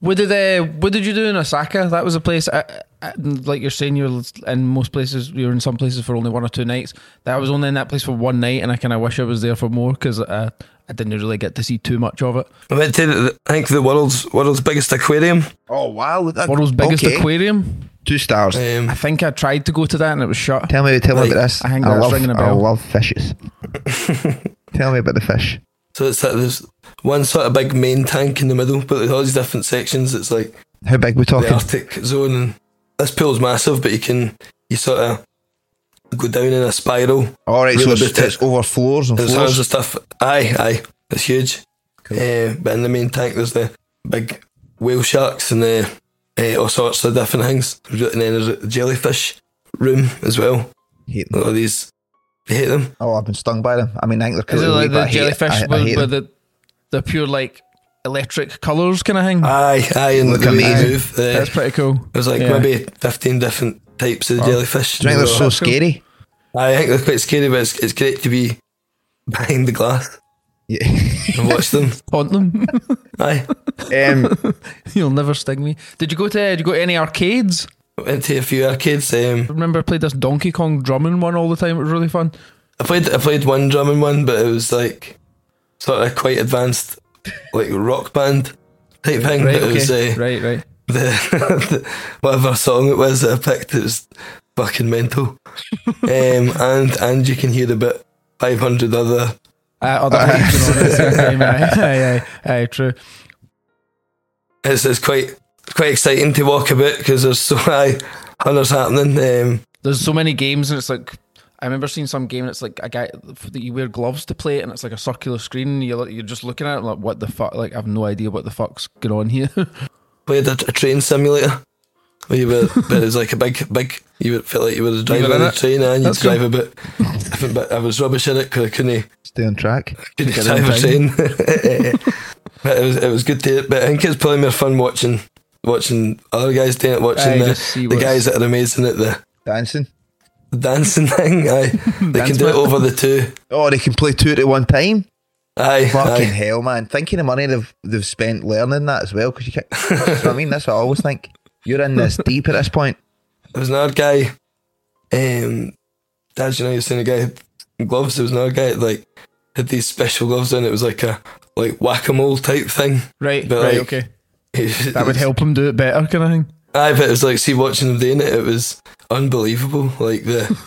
[SPEAKER 4] What did uh, what did you do in Osaka? That was a place. I, I, like you're saying, you're in most places. You're in some places for only one or two nights. That was only in that place for one night, and I kind of wish I was there for more because uh, I didn't really get to see too much of it.
[SPEAKER 5] I went to the, I think the world's world's biggest aquarium.
[SPEAKER 3] Oh wow! That,
[SPEAKER 4] World's biggest
[SPEAKER 3] okay.
[SPEAKER 4] aquarium.
[SPEAKER 3] Two stars.
[SPEAKER 5] Um,
[SPEAKER 4] I think I tried to go to that and it was shut.
[SPEAKER 3] Tell me, tell me
[SPEAKER 5] Right.
[SPEAKER 3] about this.
[SPEAKER 4] I think that's
[SPEAKER 3] love,
[SPEAKER 4] ringing a
[SPEAKER 3] I
[SPEAKER 4] bell.
[SPEAKER 3] love fishes. tell me about the fish.
[SPEAKER 5] So it's like there's one sort of big main tank in the middle, but there's all these different sections. It's like
[SPEAKER 3] How big we
[SPEAKER 5] the
[SPEAKER 3] talking?
[SPEAKER 5] Arctic zone. And this pool's massive, but you can you sort of go down in a spiral.
[SPEAKER 3] All right, so
[SPEAKER 5] Really
[SPEAKER 3] it's,
[SPEAKER 5] big
[SPEAKER 3] it's over floors and
[SPEAKER 5] There's
[SPEAKER 3] floors.
[SPEAKER 5] tons of stuff. Aye, aye, it's huge.
[SPEAKER 3] Cool.
[SPEAKER 5] Eh, but in the main tank, there's the big whale sharks and the eh, all sorts of different things. And then there's a jellyfish room as well.
[SPEAKER 3] Hate them.
[SPEAKER 5] All these, you hate them.
[SPEAKER 3] Oh, I've been stung by them. I mean, I think they're cool.
[SPEAKER 4] Is it
[SPEAKER 3] to me,
[SPEAKER 4] like
[SPEAKER 3] but I
[SPEAKER 4] the
[SPEAKER 3] hate it.
[SPEAKER 4] jellyfish
[SPEAKER 3] I- I
[SPEAKER 4] with,
[SPEAKER 3] hate
[SPEAKER 4] with
[SPEAKER 3] them.
[SPEAKER 4] the the pure like electric colours kind of thing?
[SPEAKER 3] Ah,
[SPEAKER 5] Aye, aye, and
[SPEAKER 3] Look
[SPEAKER 5] the way they
[SPEAKER 3] amazing.
[SPEAKER 5] move. eh,
[SPEAKER 4] That's pretty cool.
[SPEAKER 5] There's like
[SPEAKER 4] Yeah.
[SPEAKER 5] maybe 15 different types of jellyfish.
[SPEAKER 3] Do you think they're so
[SPEAKER 5] Aye,
[SPEAKER 4] cool.
[SPEAKER 3] scary?
[SPEAKER 5] I think they're quite scary, but it's, it's great to be behind the glass
[SPEAKER 3] Yeah.
[SPEAKER 5] and watch them.
[SPEAKER 4] haunt them.
[SPEAKER 5] Aye.
[SPEAKER 3] um,
[SPEAKER 4] You'll never sting me. Did you go to Did you go to any arcades?
[SPEAKER 5] Went to a few arcades. Um,
[SPEAKER 4] I remember I played this Donkey Kong drumming one all the time. It was really fun.
[SPEAKER 5] I played I played one drumming one, but it was like sort of quite advanced, like rock band type thing.
[SPEAKER 4] Right,
[SPEAKER 5] but it was
[SPEAKER 4] okay.
[SPEAKER 5] uh,
[SPEAKER 4] right, right.
[SPEAKER 5] the, the- whatever song it was that I picked. It was fucking mental. um, and and you can hear about five hundred other.
[SPEAKER 4] Uh, other hypes and all that sort of time. Aye, aye, aye, aye, true.
[SPEAKER 5] It's, it's quite it's quite exciting to walk about because there's so high hunters happening. Um,
[SPEAKER 4] There's so many games, and it's like I remember seeing some game. And it's like a guy that you wear gloves to play, it, and it's like a circular screen. And you're like- you're just looking at it like, what the fuck? Like I have no idea what the fuck's going on here.
[SPEAKER 5] played a, a train simulator. Where you were, but it was like a big, big. You would feel like you were the driver
[SPEAKER 4] were in
[SPEAKER 5] of the
[SPEAKER 4] it.
[SPEAKER 5] train, and you'd
[SPEAKER 4] That's cool.
[SPEAKER 5] drive a bit. different, But I was rubbish in it because I couldn't
[SPEAKER 3] stay on track.
[SPEAKER 5] Didn't
[SPEAKER 4] Get
[SPEAKER 5] time
[SPEAKER 4] in
[SPEAKER 5] of saying. but it was it was good to but I think it's probably more fun watching watching other guys doing it, watching
[SPEAKER 4] Aye,
[SPEAKER 5] the,
[SPEAKER 4] just see
[SPEAKER 5] the
[SPEAKER 4] what's-
[SPEAKER 5] guys that are amazing at the
[SPEAKER 3] Dancing.
[SPEAKER 5] the dancing thing. Aye. They can
[SPEAKER 4] Dance
[SPEAKER 5] do it
[SPEAKER 4] bit.
[SPEAKER 5] over the two.
[SPEAKER 3] Oh, they can play two at one time.
[SPEAKER 5] Aye.
[SPEAKER 3] Fucking
[SPEAKER 5] aye.
[SPEAKER 3] hell, man! Thinking the money they've they've spent learning that as well, because you can't. you know what I mean, that's what I always think. You're in this deep at this point.
[SPEAKER 5] There was another guy um Dad, you know you've seen a guy in gloves, there was another guy that like had these special gloves on, it was like a like whack a mole type thing.
[SPEAKER 4] right,
[SPEAKER 5] But,
[SPEAKER 4] right,
[SPEAKER 5] like,
[SPEAKER 4] okay. That would help him do it better, kind of thing.
[SPEAKER 5] Aye, but it was like see watching him doing it. It was unbelievable, like the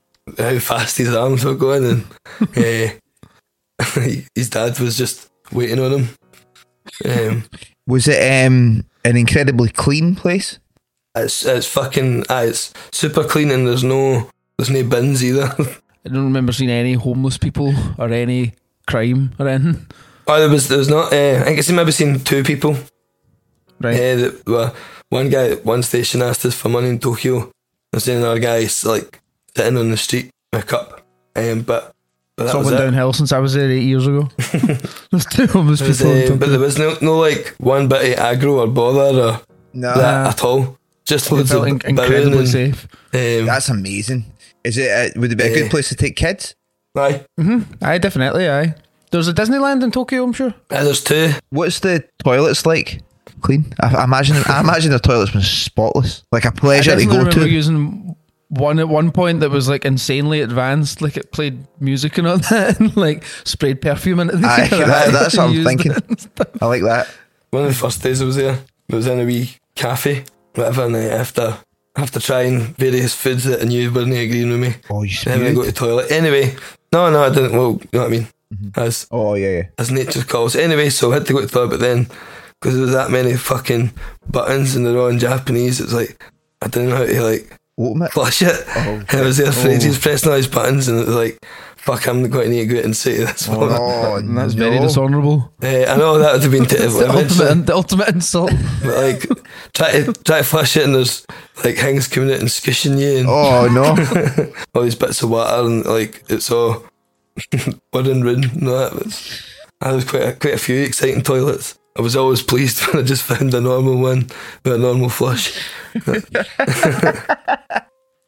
[SPEAKER 5] how fast his arms were going, and eh, his dad was just waiting on him. Um,
[SPEAKER 3] Was it um an incredibly clean place?
[SPEAKER 5] it's it's fucking aye, it's super clean, and there's no there's no bins either.
[SPEAKER 4] I don't remember seeing any homeless people or any crime or anything.
[SPEAKER 5] oh, there was there was not. Uh, I think I seen maybe seen two people.
[SPEAKER 4] Right.
[SPEAKER 5] Yeah, that were one guy at one station asked us for money in Tokyo. And then another guy s- like sitting on the street with a cup. Um, but but
[SPEAKER 4] It's all
[SPEAKER 5] that was
[SPEAKER 4] went
[SPEAKER 5] it.
[SPEAKER 4] downhill since I was there eight years ago. There's two homeless
[SPEAKER 5] There was,
[SPEAKER 4] people. in
[SPEAKER 5] uh,
[SPEAKER 4] Tokyo.
[SPEAKER 5] but there was no, no like one bit of aggro or bother or
[SPEAKER 3] No,
[SPEAKER 5] that at all. Just
[SPEAKER 4] Ah. It
[SPEAKER 5] loads of
[SPEAKER 4] felt in-
[SPEAKER 5] bowing
[SPEAKER 4] incredibly
[SPEAKER 5] and,
[SPEAKER 4] safe.
[SPEAKER 5] Um,
[SPEAKER 3] that's amazing. Is it? Uh, would it be a
[SPEAKER 5] Yeah.
[SPEAKER 3] good place to take kids?
[SPEAKER 5] aye.
[SPEAKER 4] Aye, definitely. Aye. There's a Disneyland in Tokyo, I'm sure.
[SPEAKER 5] Aye, there's two.
[SPEAKER 3] What's the toilets like? Clean. I, I imagine. I imagine the toilets been spotless, like a
[SPEAKER 4] I
[SPEAKER 3] pleasure to
[SPEAKER 4] definitely
[SPEAKER 3] go
[SPEAKER 4] remember
[SPEAKER 3] to.
[SPEAKER 4] using one at one point that was like insanely advanced. Like it played music and all that, and like sprayed perfume into the
[SPEAKER 3] Aye,
[SPEAKER 4] air.
[SPEAKER 3] that- that's what I'm
[SPEAKER 4] Used it
[SPEAKER 3] thinking.
[SPEAKER 4] and stuff.
[SPEAKER 3] I like that.
[SPEAKER 5] One of the first days I was there, I was in a wee cafe, whatever, and uh, after after trying various foods that I knew weren't agreeing with me,
[SPEAKER 3] Oh, you
[SPEAKER 5] then I go
[SPEAKER 3] spewed.
[SPEAKER 5] to the toilet. Anyway, no, no, I didn't. Well, you know what I mean? As
[SPEAKER 3] Oh yeah, yeah.
[SPEAKER 5] as nature calls. Anyway, so I had to go to the toilet, but then because there was that many fucking buttons and they're all in Japanese, it's like I didn't know how to like
[SPEAKER 3] Open it.
[SPEAKER 5] flush it.
[SPEAKER 3] Oh,
[SPEAKER 5] and I was there for
[SPEAKER 3] oh.
[SPEAKER 5] ages pressing all these buttons, and it was like, fuck, I'm not going to go out and see this one.
[SPEAKER 3] Oh,
[SPEAKER 4] And that's very
[SPEAKER 3] no.
[SPEAKER 4] dishonourable.
[SPEAKER 5] Eh, I know that would have been to
[SPEAKER 4] It's the
[SPEAKER 5] eventually,
[SPEAKER 4] ultimate, the ultimate insult.
[SPEAKER 5] but like try to try to flush it, and there's like things coming out and squishing you, and
[SPEAKER 3] Oh no!
[SPEAKER 5] all these bits of water, and like it's all wood and ruin and all that. But I was quite a, quite a few exciting toilets. I was always pleased when I just found a normal one with a normal flush.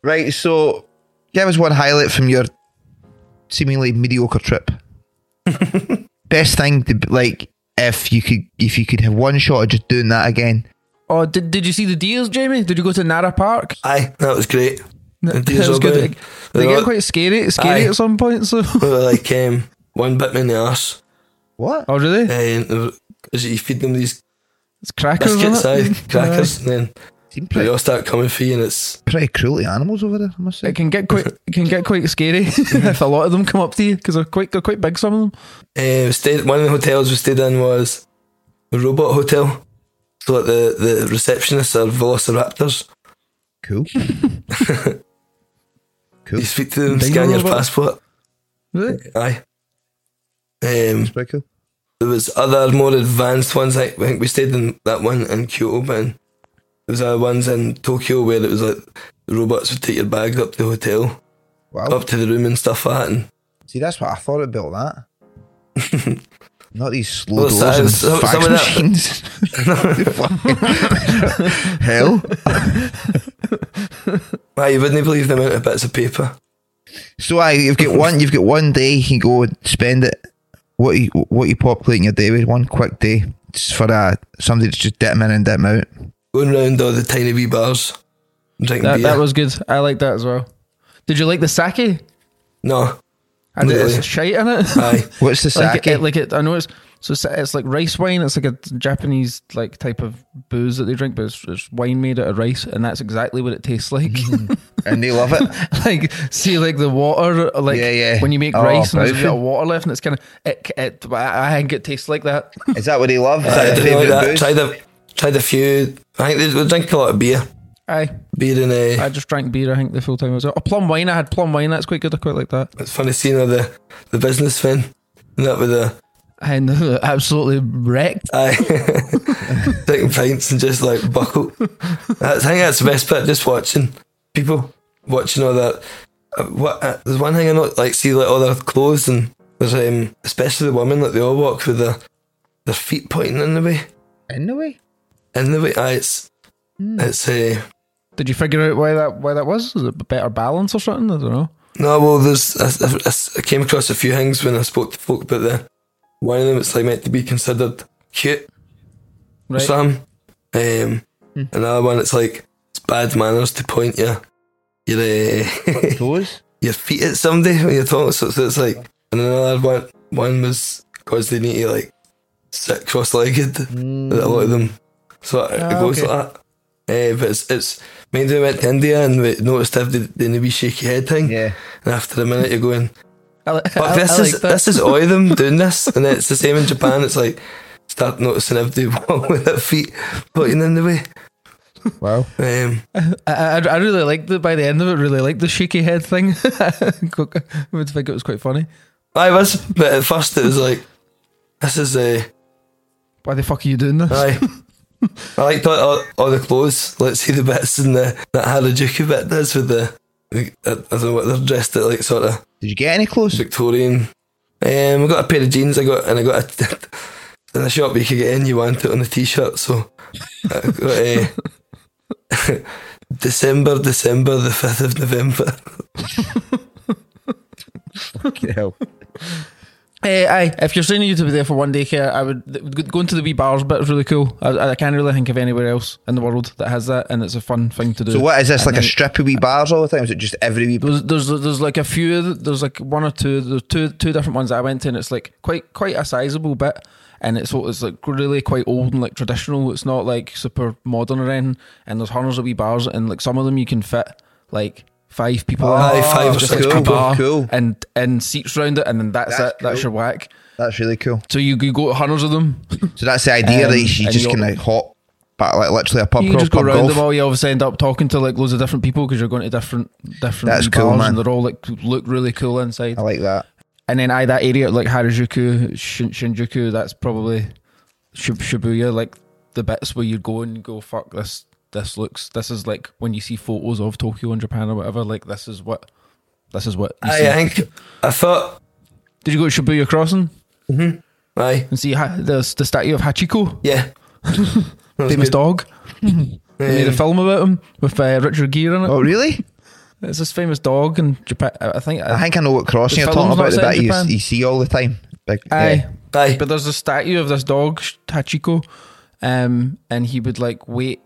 [SPEAKER 3] right, so give us one highlight from your seemingly mediocre trip. Best thing to like if you could if you could have one shot of just doing that again.
[SPEAKER 4] Oh, did, did you see the deers, Jamie? Did you go to Nara Park?
[SPEAKER 5] Aye, that was great.
[SPEAKER 4] That
[SPEAKER 5] And deers
[SPEAKER 4] was
[SPEAKER 5] all
[SPEAKER 4] good.
[SPEAKER 5] going-
[SPEAKER 4] They,
[SPEAKER 5] they're
[SPEAKER 4] get
[SPEAKER 5] all-
[SPEAKER 4] quite scary, scary
[SPEAKER 5] Aye.
[SPEAKER 4] at some point. So,
[SPEAKER 5] they were like um, one bit me in the arse.
[SPEAKER 3] What?
[SPEAKER 4] oh really?
[SPEAKER 5] Eh, and there was- you feed them these
[SPEAKER 4] It's crackers.
[SPEAKER 5] biscuits,
[SPEAKER 4] isn't
[SPEAKER 5] aye,
[SPEAKER 4] it?
[SPEAKER 5] crackers, and then
[SPEAKER 3] Seem
[SPEAKER 5] But they
[SPEAKER 3] pretty,
[SPEAKER 5] all start coming for you, and it's
[SPEAKER 3] pretty cruel to animals over there, I must say.
[SPEAKER 4] It can get quite it can get quite scary if a lot of them come up to you because they're quite they're quite big. Some of them.
[SPEAKER 5] uh, we stayed. One of the hotels we stayed in was the robot hotel. So like the the receptionists are velociraptors.
[SPEAKER 3] cool. cool.
[SPEAKER 5] You speak to them,
[SPEAKER 4] Dino
[SPEAKER 5] scan your
[SPEAKER 4] robot?
[SPEAKER 5] passport.
[SPEAKER 4] Really?
[SPEAKER 5] Aye. Um,
[SPEAKER 3] That's pretty cool.
[SPEAKER 5] there was other more advanced ones. Like, I think we stayed in that one in Kyoto, but in- there was other ones in Tokyo where it was like the robots would take your bags up to the hotel,
[SPEAKER 3] Wow.
[SPEAKER 4] Oh.
[SPEAKER 5] up to the room and stuff like that. And
[SPEAKER 3] See, that's what I thought about that. Not these slow
[SPEAKER 5] Well,
[SPEAKER 3] doors
[SPEAKER 5] so-
[SPEAKER 3] and
[SPEAKER 5] so-
[SPEAKER 3] fax
[SPEAKER 5] some of that-
[SPEAKER 3] machines. Hell,
[SPEAKER 5] aye, you wouldn't believe the amount of bits of paper.
[SPEAKER 3] so I you've got one you've got one day you can go and spend it. What you what you populating your day with? One quick day just for uh, somebody to just dip 'em in and dip 'em out.
[SPEAKER 5] Going round all the tiny wee bars and drinking
[SPEAKER 4] That,
[SPEAKER 5] beer.
[SPEAKER 4] that was good. I like that as well. Did you like the sake?
[SPEAKER 5] no,
[SPEAKER 4] And
[SPEAKER 5] Not
[SPEAKER 4] it's
[SPEAKER 5] really.
[SPEAKER 4] shite in it.
[SPEAKER 5] aye.
[SPEAKER 3] What's the eh? sake?
[SPEAKER 4] Like it, like it, I know it's so it's, it's like rice wine. It's like a Japanese like type of booze that they drink, but it's, it's wine made out of rice, and that's exactly what it tastes like.
[SPEAKER 3] and they love it.
[SPEAKER 4] like see, like the water, like
[SPEAKER 3] Yeah, yeah.
[SPEAKER 4] when you make
[SPEAKER 3] Oh,
[SPEAKER 4] rice and there's a bit
[SPEAKER 3] perfect.
[SPEAKER 4] of water left, and it's kind of it, it. I I think it tastes like that.
[SPEAKER 3] Is that what they love? Is that their
[SPEAKER 5] I didn't like
[SPEAKER 3] favourite
[SPEAKER 5] that.
[SPEAKER 3] booze?
[SPEAKER 5] Tried a tried a few. I think they would drink a lot of beer,
[SPEAKER 4] I
[SPEAKER 5] beer and uh,
[SPEAKER 4] I just drank beer. I think the full time I was out. Oh, plum wine. I had plum wine. That's quite good. I quite like that.
[SPEAKER 5] it's funny seeing all the the business fin and that with the
[SPEAKER 4] And absolutely wrecked.
[SPEAKER 5] Aye. Taking pints and just like buckle. That's, I think that's the best bit, just watching people, watching all that. Uh, what, uh, there's one thing I not like, see like all their clothes and there's um, especially the women, like they all walk with their, their feet pointing in the way.
[SPEAKER 3] Anyway,
[SPEAKER 5] In the way, aye, it's, it's uh,
[SPEAKER 4] Did you figure out why that why that was? Was it better balance or something? I don't know.
[SPEAKER 5] No, well, there's I, I- I s- I came across a few things when I spoke to folk about the one of them. It's like meant to be considered cute or
[SPEAKER 4] Right. Hmm.
[SPEAKER 5] something. Um, Another one, it's like it's bad manners to point your your uh,
[SPEAKER 3] toes.
[SPEAKER 5] your feet at somebody when you're talking. So, so it's like, and another one one was because they need to like sit cross-legged. A lot of them, so it
[SPEAKER 4] Ah,
[SPEAKER 5] goes
[SPEAKER 4] okay.
[SPEAKER 5] like that. Uh, but it's it's mainly we went to India and we noticed if they did the wee shaky head thing.
[SPEAKER 3] Yeah.
[SPEAKER 5] And after a minute, you're going,
[SPEAKER 4] I, li-
[SPEAKER 5] "Fuck,
[SPEAKER 4] I-
[SPEAKER 5] this
[SPEAKER 4] I
[SPEAKER 5] is
[SPEAKER 4] like that.
[SPEAKER 5] this is all of them doing this," and it's the same in Japan. It's like start noticing everybody walk with their feet putting in the way.
[SPEAKER 3] Wow.
[SPEAKER 5] Um,
[SPEAKER 4] I, I, I really liked it by the end of it. Really liked the shaky head thing. I would think it was quite funny.
[SPEAKER 5] I was, but at first it was like, "This is a
[SPEAKER 4] Why the fuck are you doing this?
[SPEAKER 5] aye." I liked all, all, all the clothes. Let's see the bits in the that Harajuku bit does with the, the I, I don't know what they're dressed at, like sort of
[SPEAKER 3] Did you get any clothes?
[SPEAKER 5] Victorian. Um, I got a pair of jeans. I got and I got a, in a shop you could get in. You want it on a t-shirt. So I got eh, December, December the fifth of November.
[SPEAKER 3] Hell.
[SPEAKER 4] Eh, aye. If you're saying you to be there for one day care, I would th- go- going to the wee bars. But it's really cool. I, I can't really think of anywhere else in the world that has that, and it's a fun thing to do.
[SPEAKER 3] So what is this
[SPEAKER 4] And
[SPEAKER 3] like a
[SPEAKER 4] then-
[SPEAKER 3] strip of wee bars all the time? Is it just every wee?
[SPEAKER 4] There's, there's there's like a few. There's like one or two. There's two two different ones I went to, and it's like quite quite a sizable bit, and it's it's like really quite old and like traditional. It's not like super modern or anything. And there's hundreds of wee bars, and like some of them you can fit like five people. in.
[SPEAKER 5] Aye, five or
[SPEAKER 4] Just
[SPEAKER 5] six
[SPEAKER 4] like a
[SPEAKER 5] people.
[SPEAKER 4] bar
[SPEAKER 3] Cool.
[SPEAKER 4] And and seats round it, and then that's,
[SPEAKER 3] That's
[SPEAKER 4] it.
[SPEAKER 3] cool.
[SPEAKER 4] That's your whack.
[SPEAKER 3] That's really cool.
[SPEAKER 4] So you, you go to hundreds of them.
[SPEAKER 3] So that's the idea
[SPEAKER 4] Um,
[SPEAKER 3] that you
[SPEAKER 4] and
[SPEAKER 3] just
[SPEAKER 4] you'll-
[SPEAKER 3] can like hop back like literally a pub
[SPEAKER 4] you
[SPEAKER 3] crawl,
[SPEAKER 4] can just go
[SPEAKER 3] pub
[SPEAKER 4] around
[SPEAKER 3] golf.
[SPEAKER 4] them all. You obviously end up talking to like loads of different people because you're going to different different
[SPEAKER 3] That's
[SPEAKER 4] wee
[SPEAKER 3] cool,
[SPEAKER 4] bars,
[SPEAKER 3] man.
[SPEAKER 4] and they're all like look really cool inside.
[SPEAKER 3] I like that.
[SPEAKER 4] And then I that area like Harajuku, Shin, Shinjuku. That's probably Shib- Shibuya, like the bits where you go and you go fuck this. This looks. This is like when you see photos of Tokyo and Japan or whatever. Like this is what. This is what. You see.
[SPEAKER 5] Aye, I think I thought.
[SPEAKER 4] Did you go to Shibuya Crossing
[SPEAKER 5] Aye,
[SPEAKER 4] and see ha- the the statue of Hachiko,
[SPEAKER 5] yeah. That was
[SPEAKER 4] famous
[SPEAKER 5] good.
[SPEAKER 4] dog? They made a
[SPEAKER 5] Um,
[SPEAKER 4] film about him with uh, Richard Gere in it.
[SPEAKER 3] Oh really?
[SPEAKER 4] It's this famous dog in Japan. I I think.
[SPEAKER 3] I think I know what crossing
[SPEAKER 4] The
[SPEAKER 3] you're talking
[SPEAKER 4] film's
[SPEAKER 3] about. The
[SPEAKER 4] not set
[SPEAKER 3] bit
[SPEAKER 4] in
[SPEAKER 3] you,
[SPEAKER 4] Japan.
[SPEAKER 3] you see all the time. Big,
[SPEAKER 4] Aye.
[SPEAKER 3] yeah.
[SPEAKER 5] aye,
[SPEAKER 4] But there's a statue of this dog, Sh- Tachiko, um, and he would like wait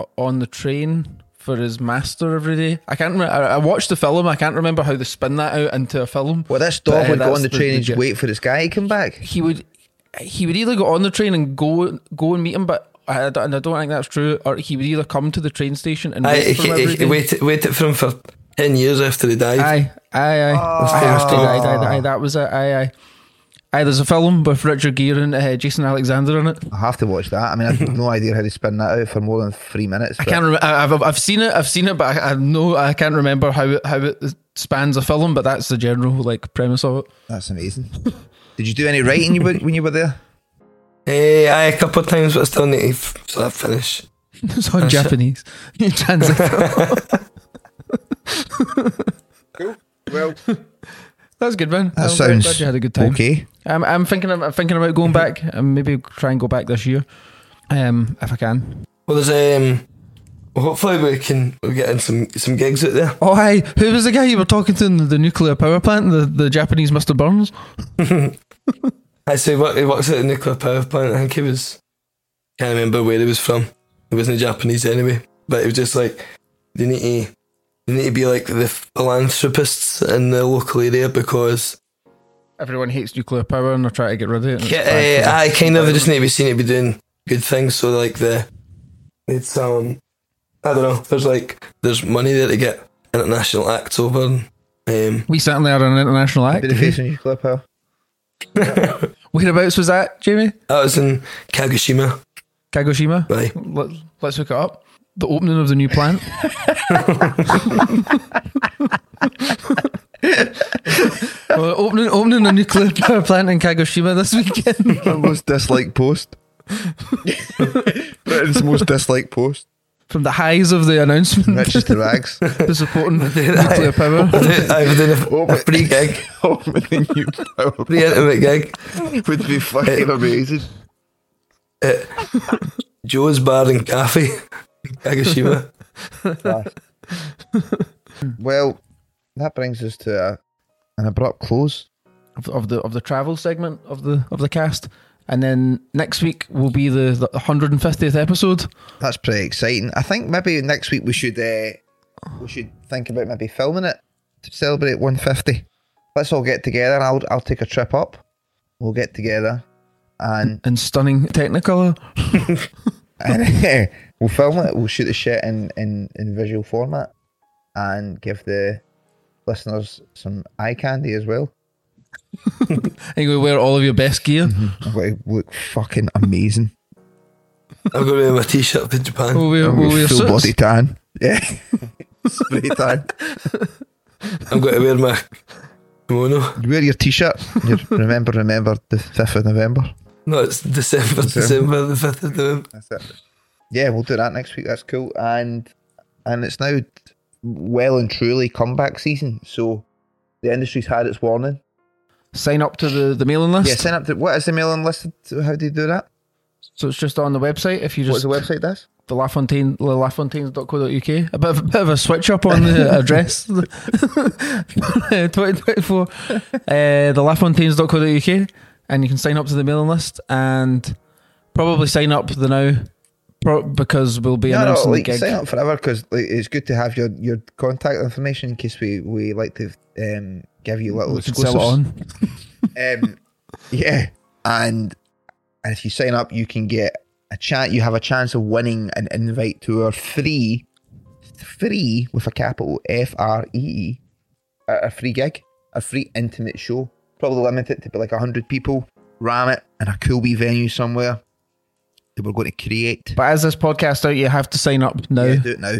[SPEAKER 4] o- on the train for his master every day. I can't remember. I I watched the film. I can't remember how they spin that out into a film.
[SPEAKER 3] Well, this
[SPEAKER 4] But,
[SPEAKER 3] dog
[SPEAKER 4] uh,
[SPEAKER 3] would go
[SPEAKER 4] that's
[SPEAKER 3] on the
[SPEAKER 4] the-
[SPEAKER 3] train
[SPEAKER 4] the
[SPEAKER 3] and just
[SPEAKER 4] ge-
[SPEAKER 3] wait for this guy to come back.
[SPEAKER 4] He would, he would either go on the train and go go and meet him, but I, I don't, I don't think that's true. Or he would either come to the train station and
[SPEAKER 5] Aye,
[SPEAKER 4] wait for him
[SPEAKER 5] he-
[SPEAKER 4] every
[SPEAKER 5] he- he
[SPEAKER 4] day.
[SPEAKER 5] waited waited for him for ten years after he died.
[SPEAKER 4] Aye, aye, aye.
[SPEAKER 5] That's
[SPEAKER 4] After he
[SPEAKER 5] terrible.
[SPEAKER 4] died, aye, aye, that was it. Aye, aye. Aye, there's a film with Richard Gere and uh, Jason Alexander in it.
[SPEAKER 3] I have to watch that. I mean, I have no idea how to spin that out for more than three minutes.
[SPEAKER 4] I
[SPEAKER 3] but-
[SPEAKER 4] can't remember. I've, I've- I've seen it. I've seen it, but I, I know I can't remember how it, how it spans a film. But that's the general like premise of it.
[SPEAKER 3] That's amazing. Did you do any writing you were, when you were there?
[SPEAKER 5] Eh, aye, a couple of times, but I still need to f- sort of finish.
[SPEAKER 4] It's on Japanese. You translate.
[SPEAKER 3] Well,
[SPEAKER 4] That's good, man.
[SPEAKER 3] that
[SPEAKER 4] I'm
[SPEAKER 3] sounds
[SPEAKER 4] glad you had a good time.
[SPEAKER 3] okay.
[SPEAKER 4] I'm, I'm thinking. I'm thinking about going back. and maybe try and go back this year, um, if I can.
[SPEAKER 5] Well, there's um, well, hopefully we can we get in some some gigs out there.
[SPEAKER 4] Oh, hi. Who was the guy you were talking to in the, the nuclear power plant? The the Japanese Mister Burns.
[SPEAKER 5] I say what he works at the nuclear power plant. I think he was. Can't remember where he was from. He wasn't Japanese anyway, but he was just like, you need to, you need to be like the philanthropists in the local area because
[SPEAKER 4] Everyone hates nuclear power and they're trying to get rid of it. and it's
[SPEAKER 5] Yeah,
[SPEAKER 4] bad
[SPEAKER 5] eh,
[SPEAKER 4] for the-
[SPEAKER 5] I kind of just need to be seen to be doing good things. So like the, it's um, I don't know. There's like there's money there to get international acts over. and, Um,
[SPEAKER 4] We certainly are an international
[SPEAKER 3] Be the
[SPEAKER 4] act.
[SPEAKER 3] face on your clip, pal.
[SPEAKER 4] Whereabouts was that, Jamie?
[SPEAKER 5] I was in Kagoshima.
[SPEAKER 4] Kagoshima.
[SPEAKER 5] Aye.
[SPEAKER 4] Let, let's hook it up. The opening of the new plant. Well, opening opening a nuclear power plant in Kagoshima this weekend.
[SPEAKER 3] most disliked post. Britain's most disliked post.
[SPEAKER 4] From the highs of the announcement,
[SPEAKER 3] Riches to rags.
[SPEAKER 4] the supporting nuclear power.
[SPEAKER 5] I was doing
[SPEAKER 3] Oh,
[SPEAKER 5] a, a free gig,
[SPEAKER 3] Home with a new power
[SPEAKER 5] free intimate gig.
[SPEAKER 3] would be fucking amazing.
[SPEAKER 5] Joe's Bar and Cafe, in Kagoshima.
[SPEAKER 3] Well, that brings us to a, an abrupt close.
[SPEAKER 4] of, of the of the travel segment of the of the cast, and then next week will be the the hundred and fiftieth episode.
[SPEAKER 3] That's pretty exciting. I think maybe next week we should uh, we should think about maybe filming it to celebrate 150. Let's all get together. and I'll I'll take a trip up. We'll get together and
[SPEAKER 4] And stunning Technicolor.
[SPEAKER 3] and we'll film it. We'll shoot the shit in, in in visual format and give the listeners some eye candy as well.
[SPEAKER 4] And you wear all of your best gear.
[SPEAKER 3] I'm going to look fucking amazing.
[SPEAKER 5] I'm going to wear my t-shirt in Japan.
[SPEAKER 4] We'll wear,
[SPEAKER 3] I'm
[SPEAKER 4] we'll
[SPEAKER 3] gonna
[SPEAKER 4] wear
[SPEAKER 3] full
[SPEAKER 4] suits.
[SPEAKER 3] body tan. Yeah. Spray tan.
[SPEAKER 5] I'm going to wear my kimono.
[SPEAKER 3] Wear your t-shirt. Your remember, remember the fifth of November.
[SPEAKER 5] No, it's December, December the fifth of November.
[SPEAKER 3] That's it. Yeah, we'll do that next week. That's cool. And and it's now well and truly comeback season. So the industry's had its warning.
[SPEAKER 4] Sign up to the, the mailing list.
[SPEAKER 3] Yeah, sign up to what is the mailing list? How do you do that?
[SPEAKER 4] So it's just on the website. If you
[SPEAKER 3] What's
[SPEAKER 4] just
[SPEAKER 3] the website? This
[SPEAKER 4] the Lafontaine, the lafontaines.co.uk. A bit of, a bit of a switch up on the address. 2024. Uh, the lafontaines.co.uk. And you can sign up to the mailing list and probably sign up the now pro- because we'll be
[SPEAKER 3] no,
[SPEAKER 4] announcing
[SPEAKER 3] no, like
[SPEAKER 4] the gig.
[SPEAKER 3] sign up forever because like, it's good to have your your contact information in case we we like to um give you little
[SPEAKER 4] we can
[SPEAKER 3] exclusives.
[SPEAKER 4] sell it on.
[SPEAKER 3] Um, yeah, and and if you sign up, you can get a chance. You have a chance of winning an invite to our free, free with a capital F R E E, a a free gig, a free intimate show. Probably limit it to be like hundred people. Ram it in a cool wee venue somewhere that we're going to create.
[SPEAKER 4] But as this podcast out, you have to sign up now.
[SPEAKER 3] Yeah, do it now.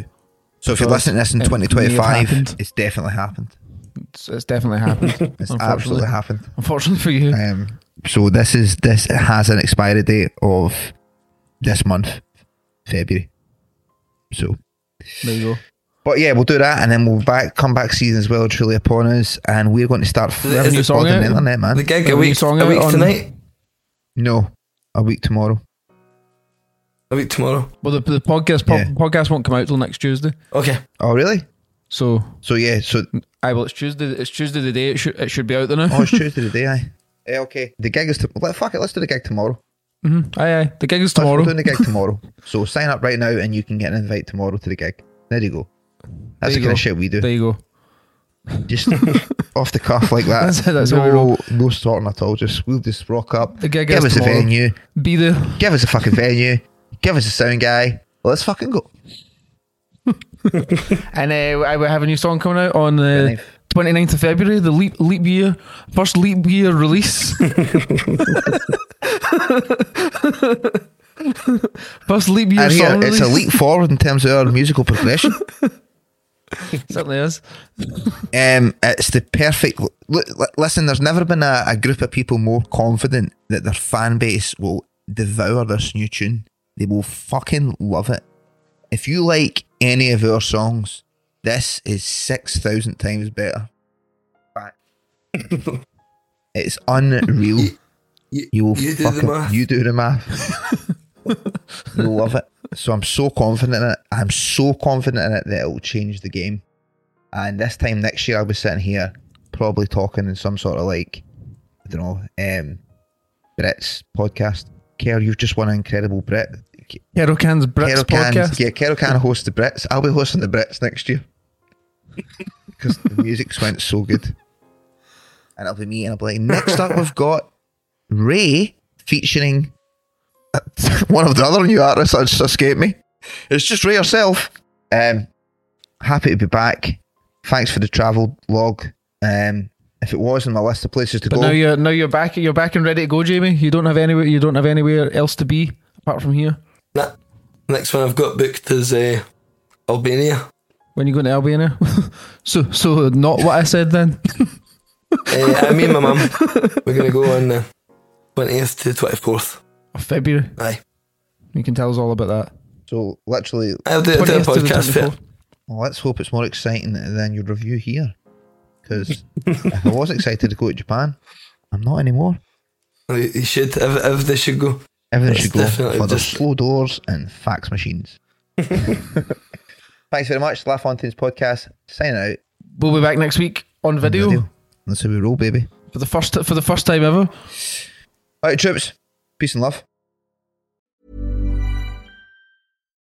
[SPEAKER 3] So if you're
[SPEAKER 4] Because
[SPEAKER 3] listening to this in
[SPEAKER 4] it may have
[SPEAKER 3] 2025,
[SPEAKER 4] happened.
[SPEAKER 3] it's definitely happened.
[SPEAKER 4] It's, it's definitely happened.
[SPEAKER 3] It's
[SPEAKER 4] unfortunately.
[SPEAKER 3] absolutely happened.
[SPEAKER 4] Unfortunately for you.
[SPEAKER 3] Um, so this is this has an expiry date of this month, February. So,
[SPEAKER 4] There you go.
[SPEAKER 3] but yeah, we'll do that, and then we'll back come back season as well, truly upon us, and we're going to start
[SPEAKER 5] it-
[SPEAKER 3] filming
[SPEAKER 5] is
[SPEAKER 4] the
[SPEAKER 3] it
[SPEAKER 4] song
[SPEAKER 3] on the
[SPEAKER 4] out?
[SPEAKER 3] internet, man.
[SPEAKER 5] The gig
[SPEAKER 4] Are
[SPEAKER 5] a
[SPEAKER 4] we
[SPEAKER 5] week,
[SPEAKER 4] song
[SPEAKER 5] a week
[SPEAKER 4] out on-
[SPEAKER 5] tonight,
[SPEAKER 3] no, a week tomorrow.
[SPEAKER 5] a week tomorrow.
[SPEAKER 4] Well, the, the podcast po-
[SPEAKER 3] Yeah.
[SPEAKER 4] podcast won't come out till next Tuesday.
[SPEAKER 5] Okay.
[SPEAKER 3] Oh, really?
[SPEAKER 4] So
[SPEAKER 3] So yeah, so
[SPEAKER 4] I well, it's Tuesday. It's Tuesday the day. It should it should be out eh? there now.
[SPEAKER 3] oh, it's Tuesday today. Aye. Eh, okay. The gig is to, let- fuck it. Let's do the gig tomorrow.
[SPEAKER 4] hmm Aye, aye. The gig is
[SPEAKER 3] Let's-
[SPEAKER 4] tomorrow.
[SPEAKER 3] We're doing the gig tomorrow. so sign up right now, and you can get an invite tomorrow to the gig. There you go. That's the
[SPEAKER 4] There you
[SPEAKER 3] kind
[SPEAKER 4] go.
[SPEAKER 3] of shit we do.
[SPEAKER 4] There you go.
[SPEAKER 3] just off the cuff like that.
[SPEAKER 4] That's it, that's
[SPEAKER 3] no,
[SPEAKER 4] how we roll.
[SPEAKER 3] no sorting at all. Just we'll just rock up.
[SPEAKER 4] The gig
[SPEAKER 3] give
[SPEAKER 4] is
[SPEAKER 3] us
[SPEAKER 4] tomorrow.
[SPEAKER 3] a venue.
[SPEAKER 4] Be there.
[SPEAKER 3] Give us a fucking venue. Give us a sound guy. Let's fucking go.
[SPEAKER 4] And uh, I- we have a new song coming out on the
[SPEAKER 3] 29th.
[SPEAKER 4] 29th of February, the leap, leap year, first leap year release. first leap year
[SPEAKER 3] And
[SPEAKER 4] song
[SPEAKER 3] here, it's
[SPEAKER 4] release.
[SPEAKER 3] a leap forward in terms of our musical progression.
[SPEAKER 4] Certainly is.
[SPEAKER 3] Um, it's the perfect. L- l- listen, there's never been a, a group of people more confident that their fan base will devour this new tune. They will fucking love it. If you like any of our songs, this is 6,000 times better. Right. it's unreal.
[SPEAKER 5] You,
[SPEAKER 3] You will
[SPEAKER 5] you do
[SPEAKER 3] fucking.
[SPEAKER 5] the math.
[SPEAKER 3] You do the math. You'll love it. So I'm so confident in it. I'm so confident in it that it'll change the game. And this time next year, I'll be sitting here probably talking in some sort of like, I don't know, um, Brits podcast. Kerr, you've just won an incredible Brit.
[SPEAKER 4] Hero Can's Brits
[SPEAKER 3] Carol can,
[SPEAKER 4] podcast.
[SPEAKER 3] yeah, Carol can host the Brits. I'll be hosting the Brits next year because the music's went so good. And it'll be me, and I'll be like, next up, we've got Ray featuring one of the other new artists that just escaped me. It's just Ray herself. Um, happy to be back. Thanks for the travel log. Um, if it was on my list of places to
[SPEAKER 4] But
[SPEAKER 3] go,
[SPEAKER 4] now you're now you're back you're back and ready to go, Jamie. You don't have anywhere you don't have anywhere else to be apart from here.
[SPEAKER 5] Nah. Next one I've got booked is uh, Albania.
[SPEAKER 4] When you go to Albania. so so not what I said then.
[SPEAKER 5] Uh, I mean, my mum. We're gonna go on the twentieth to twenty fourth.
[SPEAKER 4] Of Oh, February.
[SPEAKER 5] Aye,
[SPEAKER 4] You can tell us all about that.
[SPEAKER 3] so literally,
[SPEAKER 5] I'll do, I'll do a
[SPEAKER 4] 20th to the
[SPEAKER 5] podcast for it.
[SPEAKER 4] 24th.
[SPEAKER 3] Well, let's hope it's more exciting than your review here. Because if I was excited to go to Japan, I'm not anymore.
[SPEAKER 5] Well, You you should. If, if they should go,
[SPEAKER 3] Everything
[SPEAKER 5] It's
[SPEAKER 3] should go
[SPEAKER 5] definitely
[SPEAKER 3] for the
[SPEAKER 5] just-
[SPEAKER 3] slow doors and fax machines. Thanks very much. Laugh Fontaine's podcast. Signing out.
[SPEAKER 4] We'll be back next week on video,
[SPEAKER 3] That's how we roll, baby.
[SPEAKER 4] for the first for the first time ever.
[SPEAKER 3] All right, troops. Peace and love.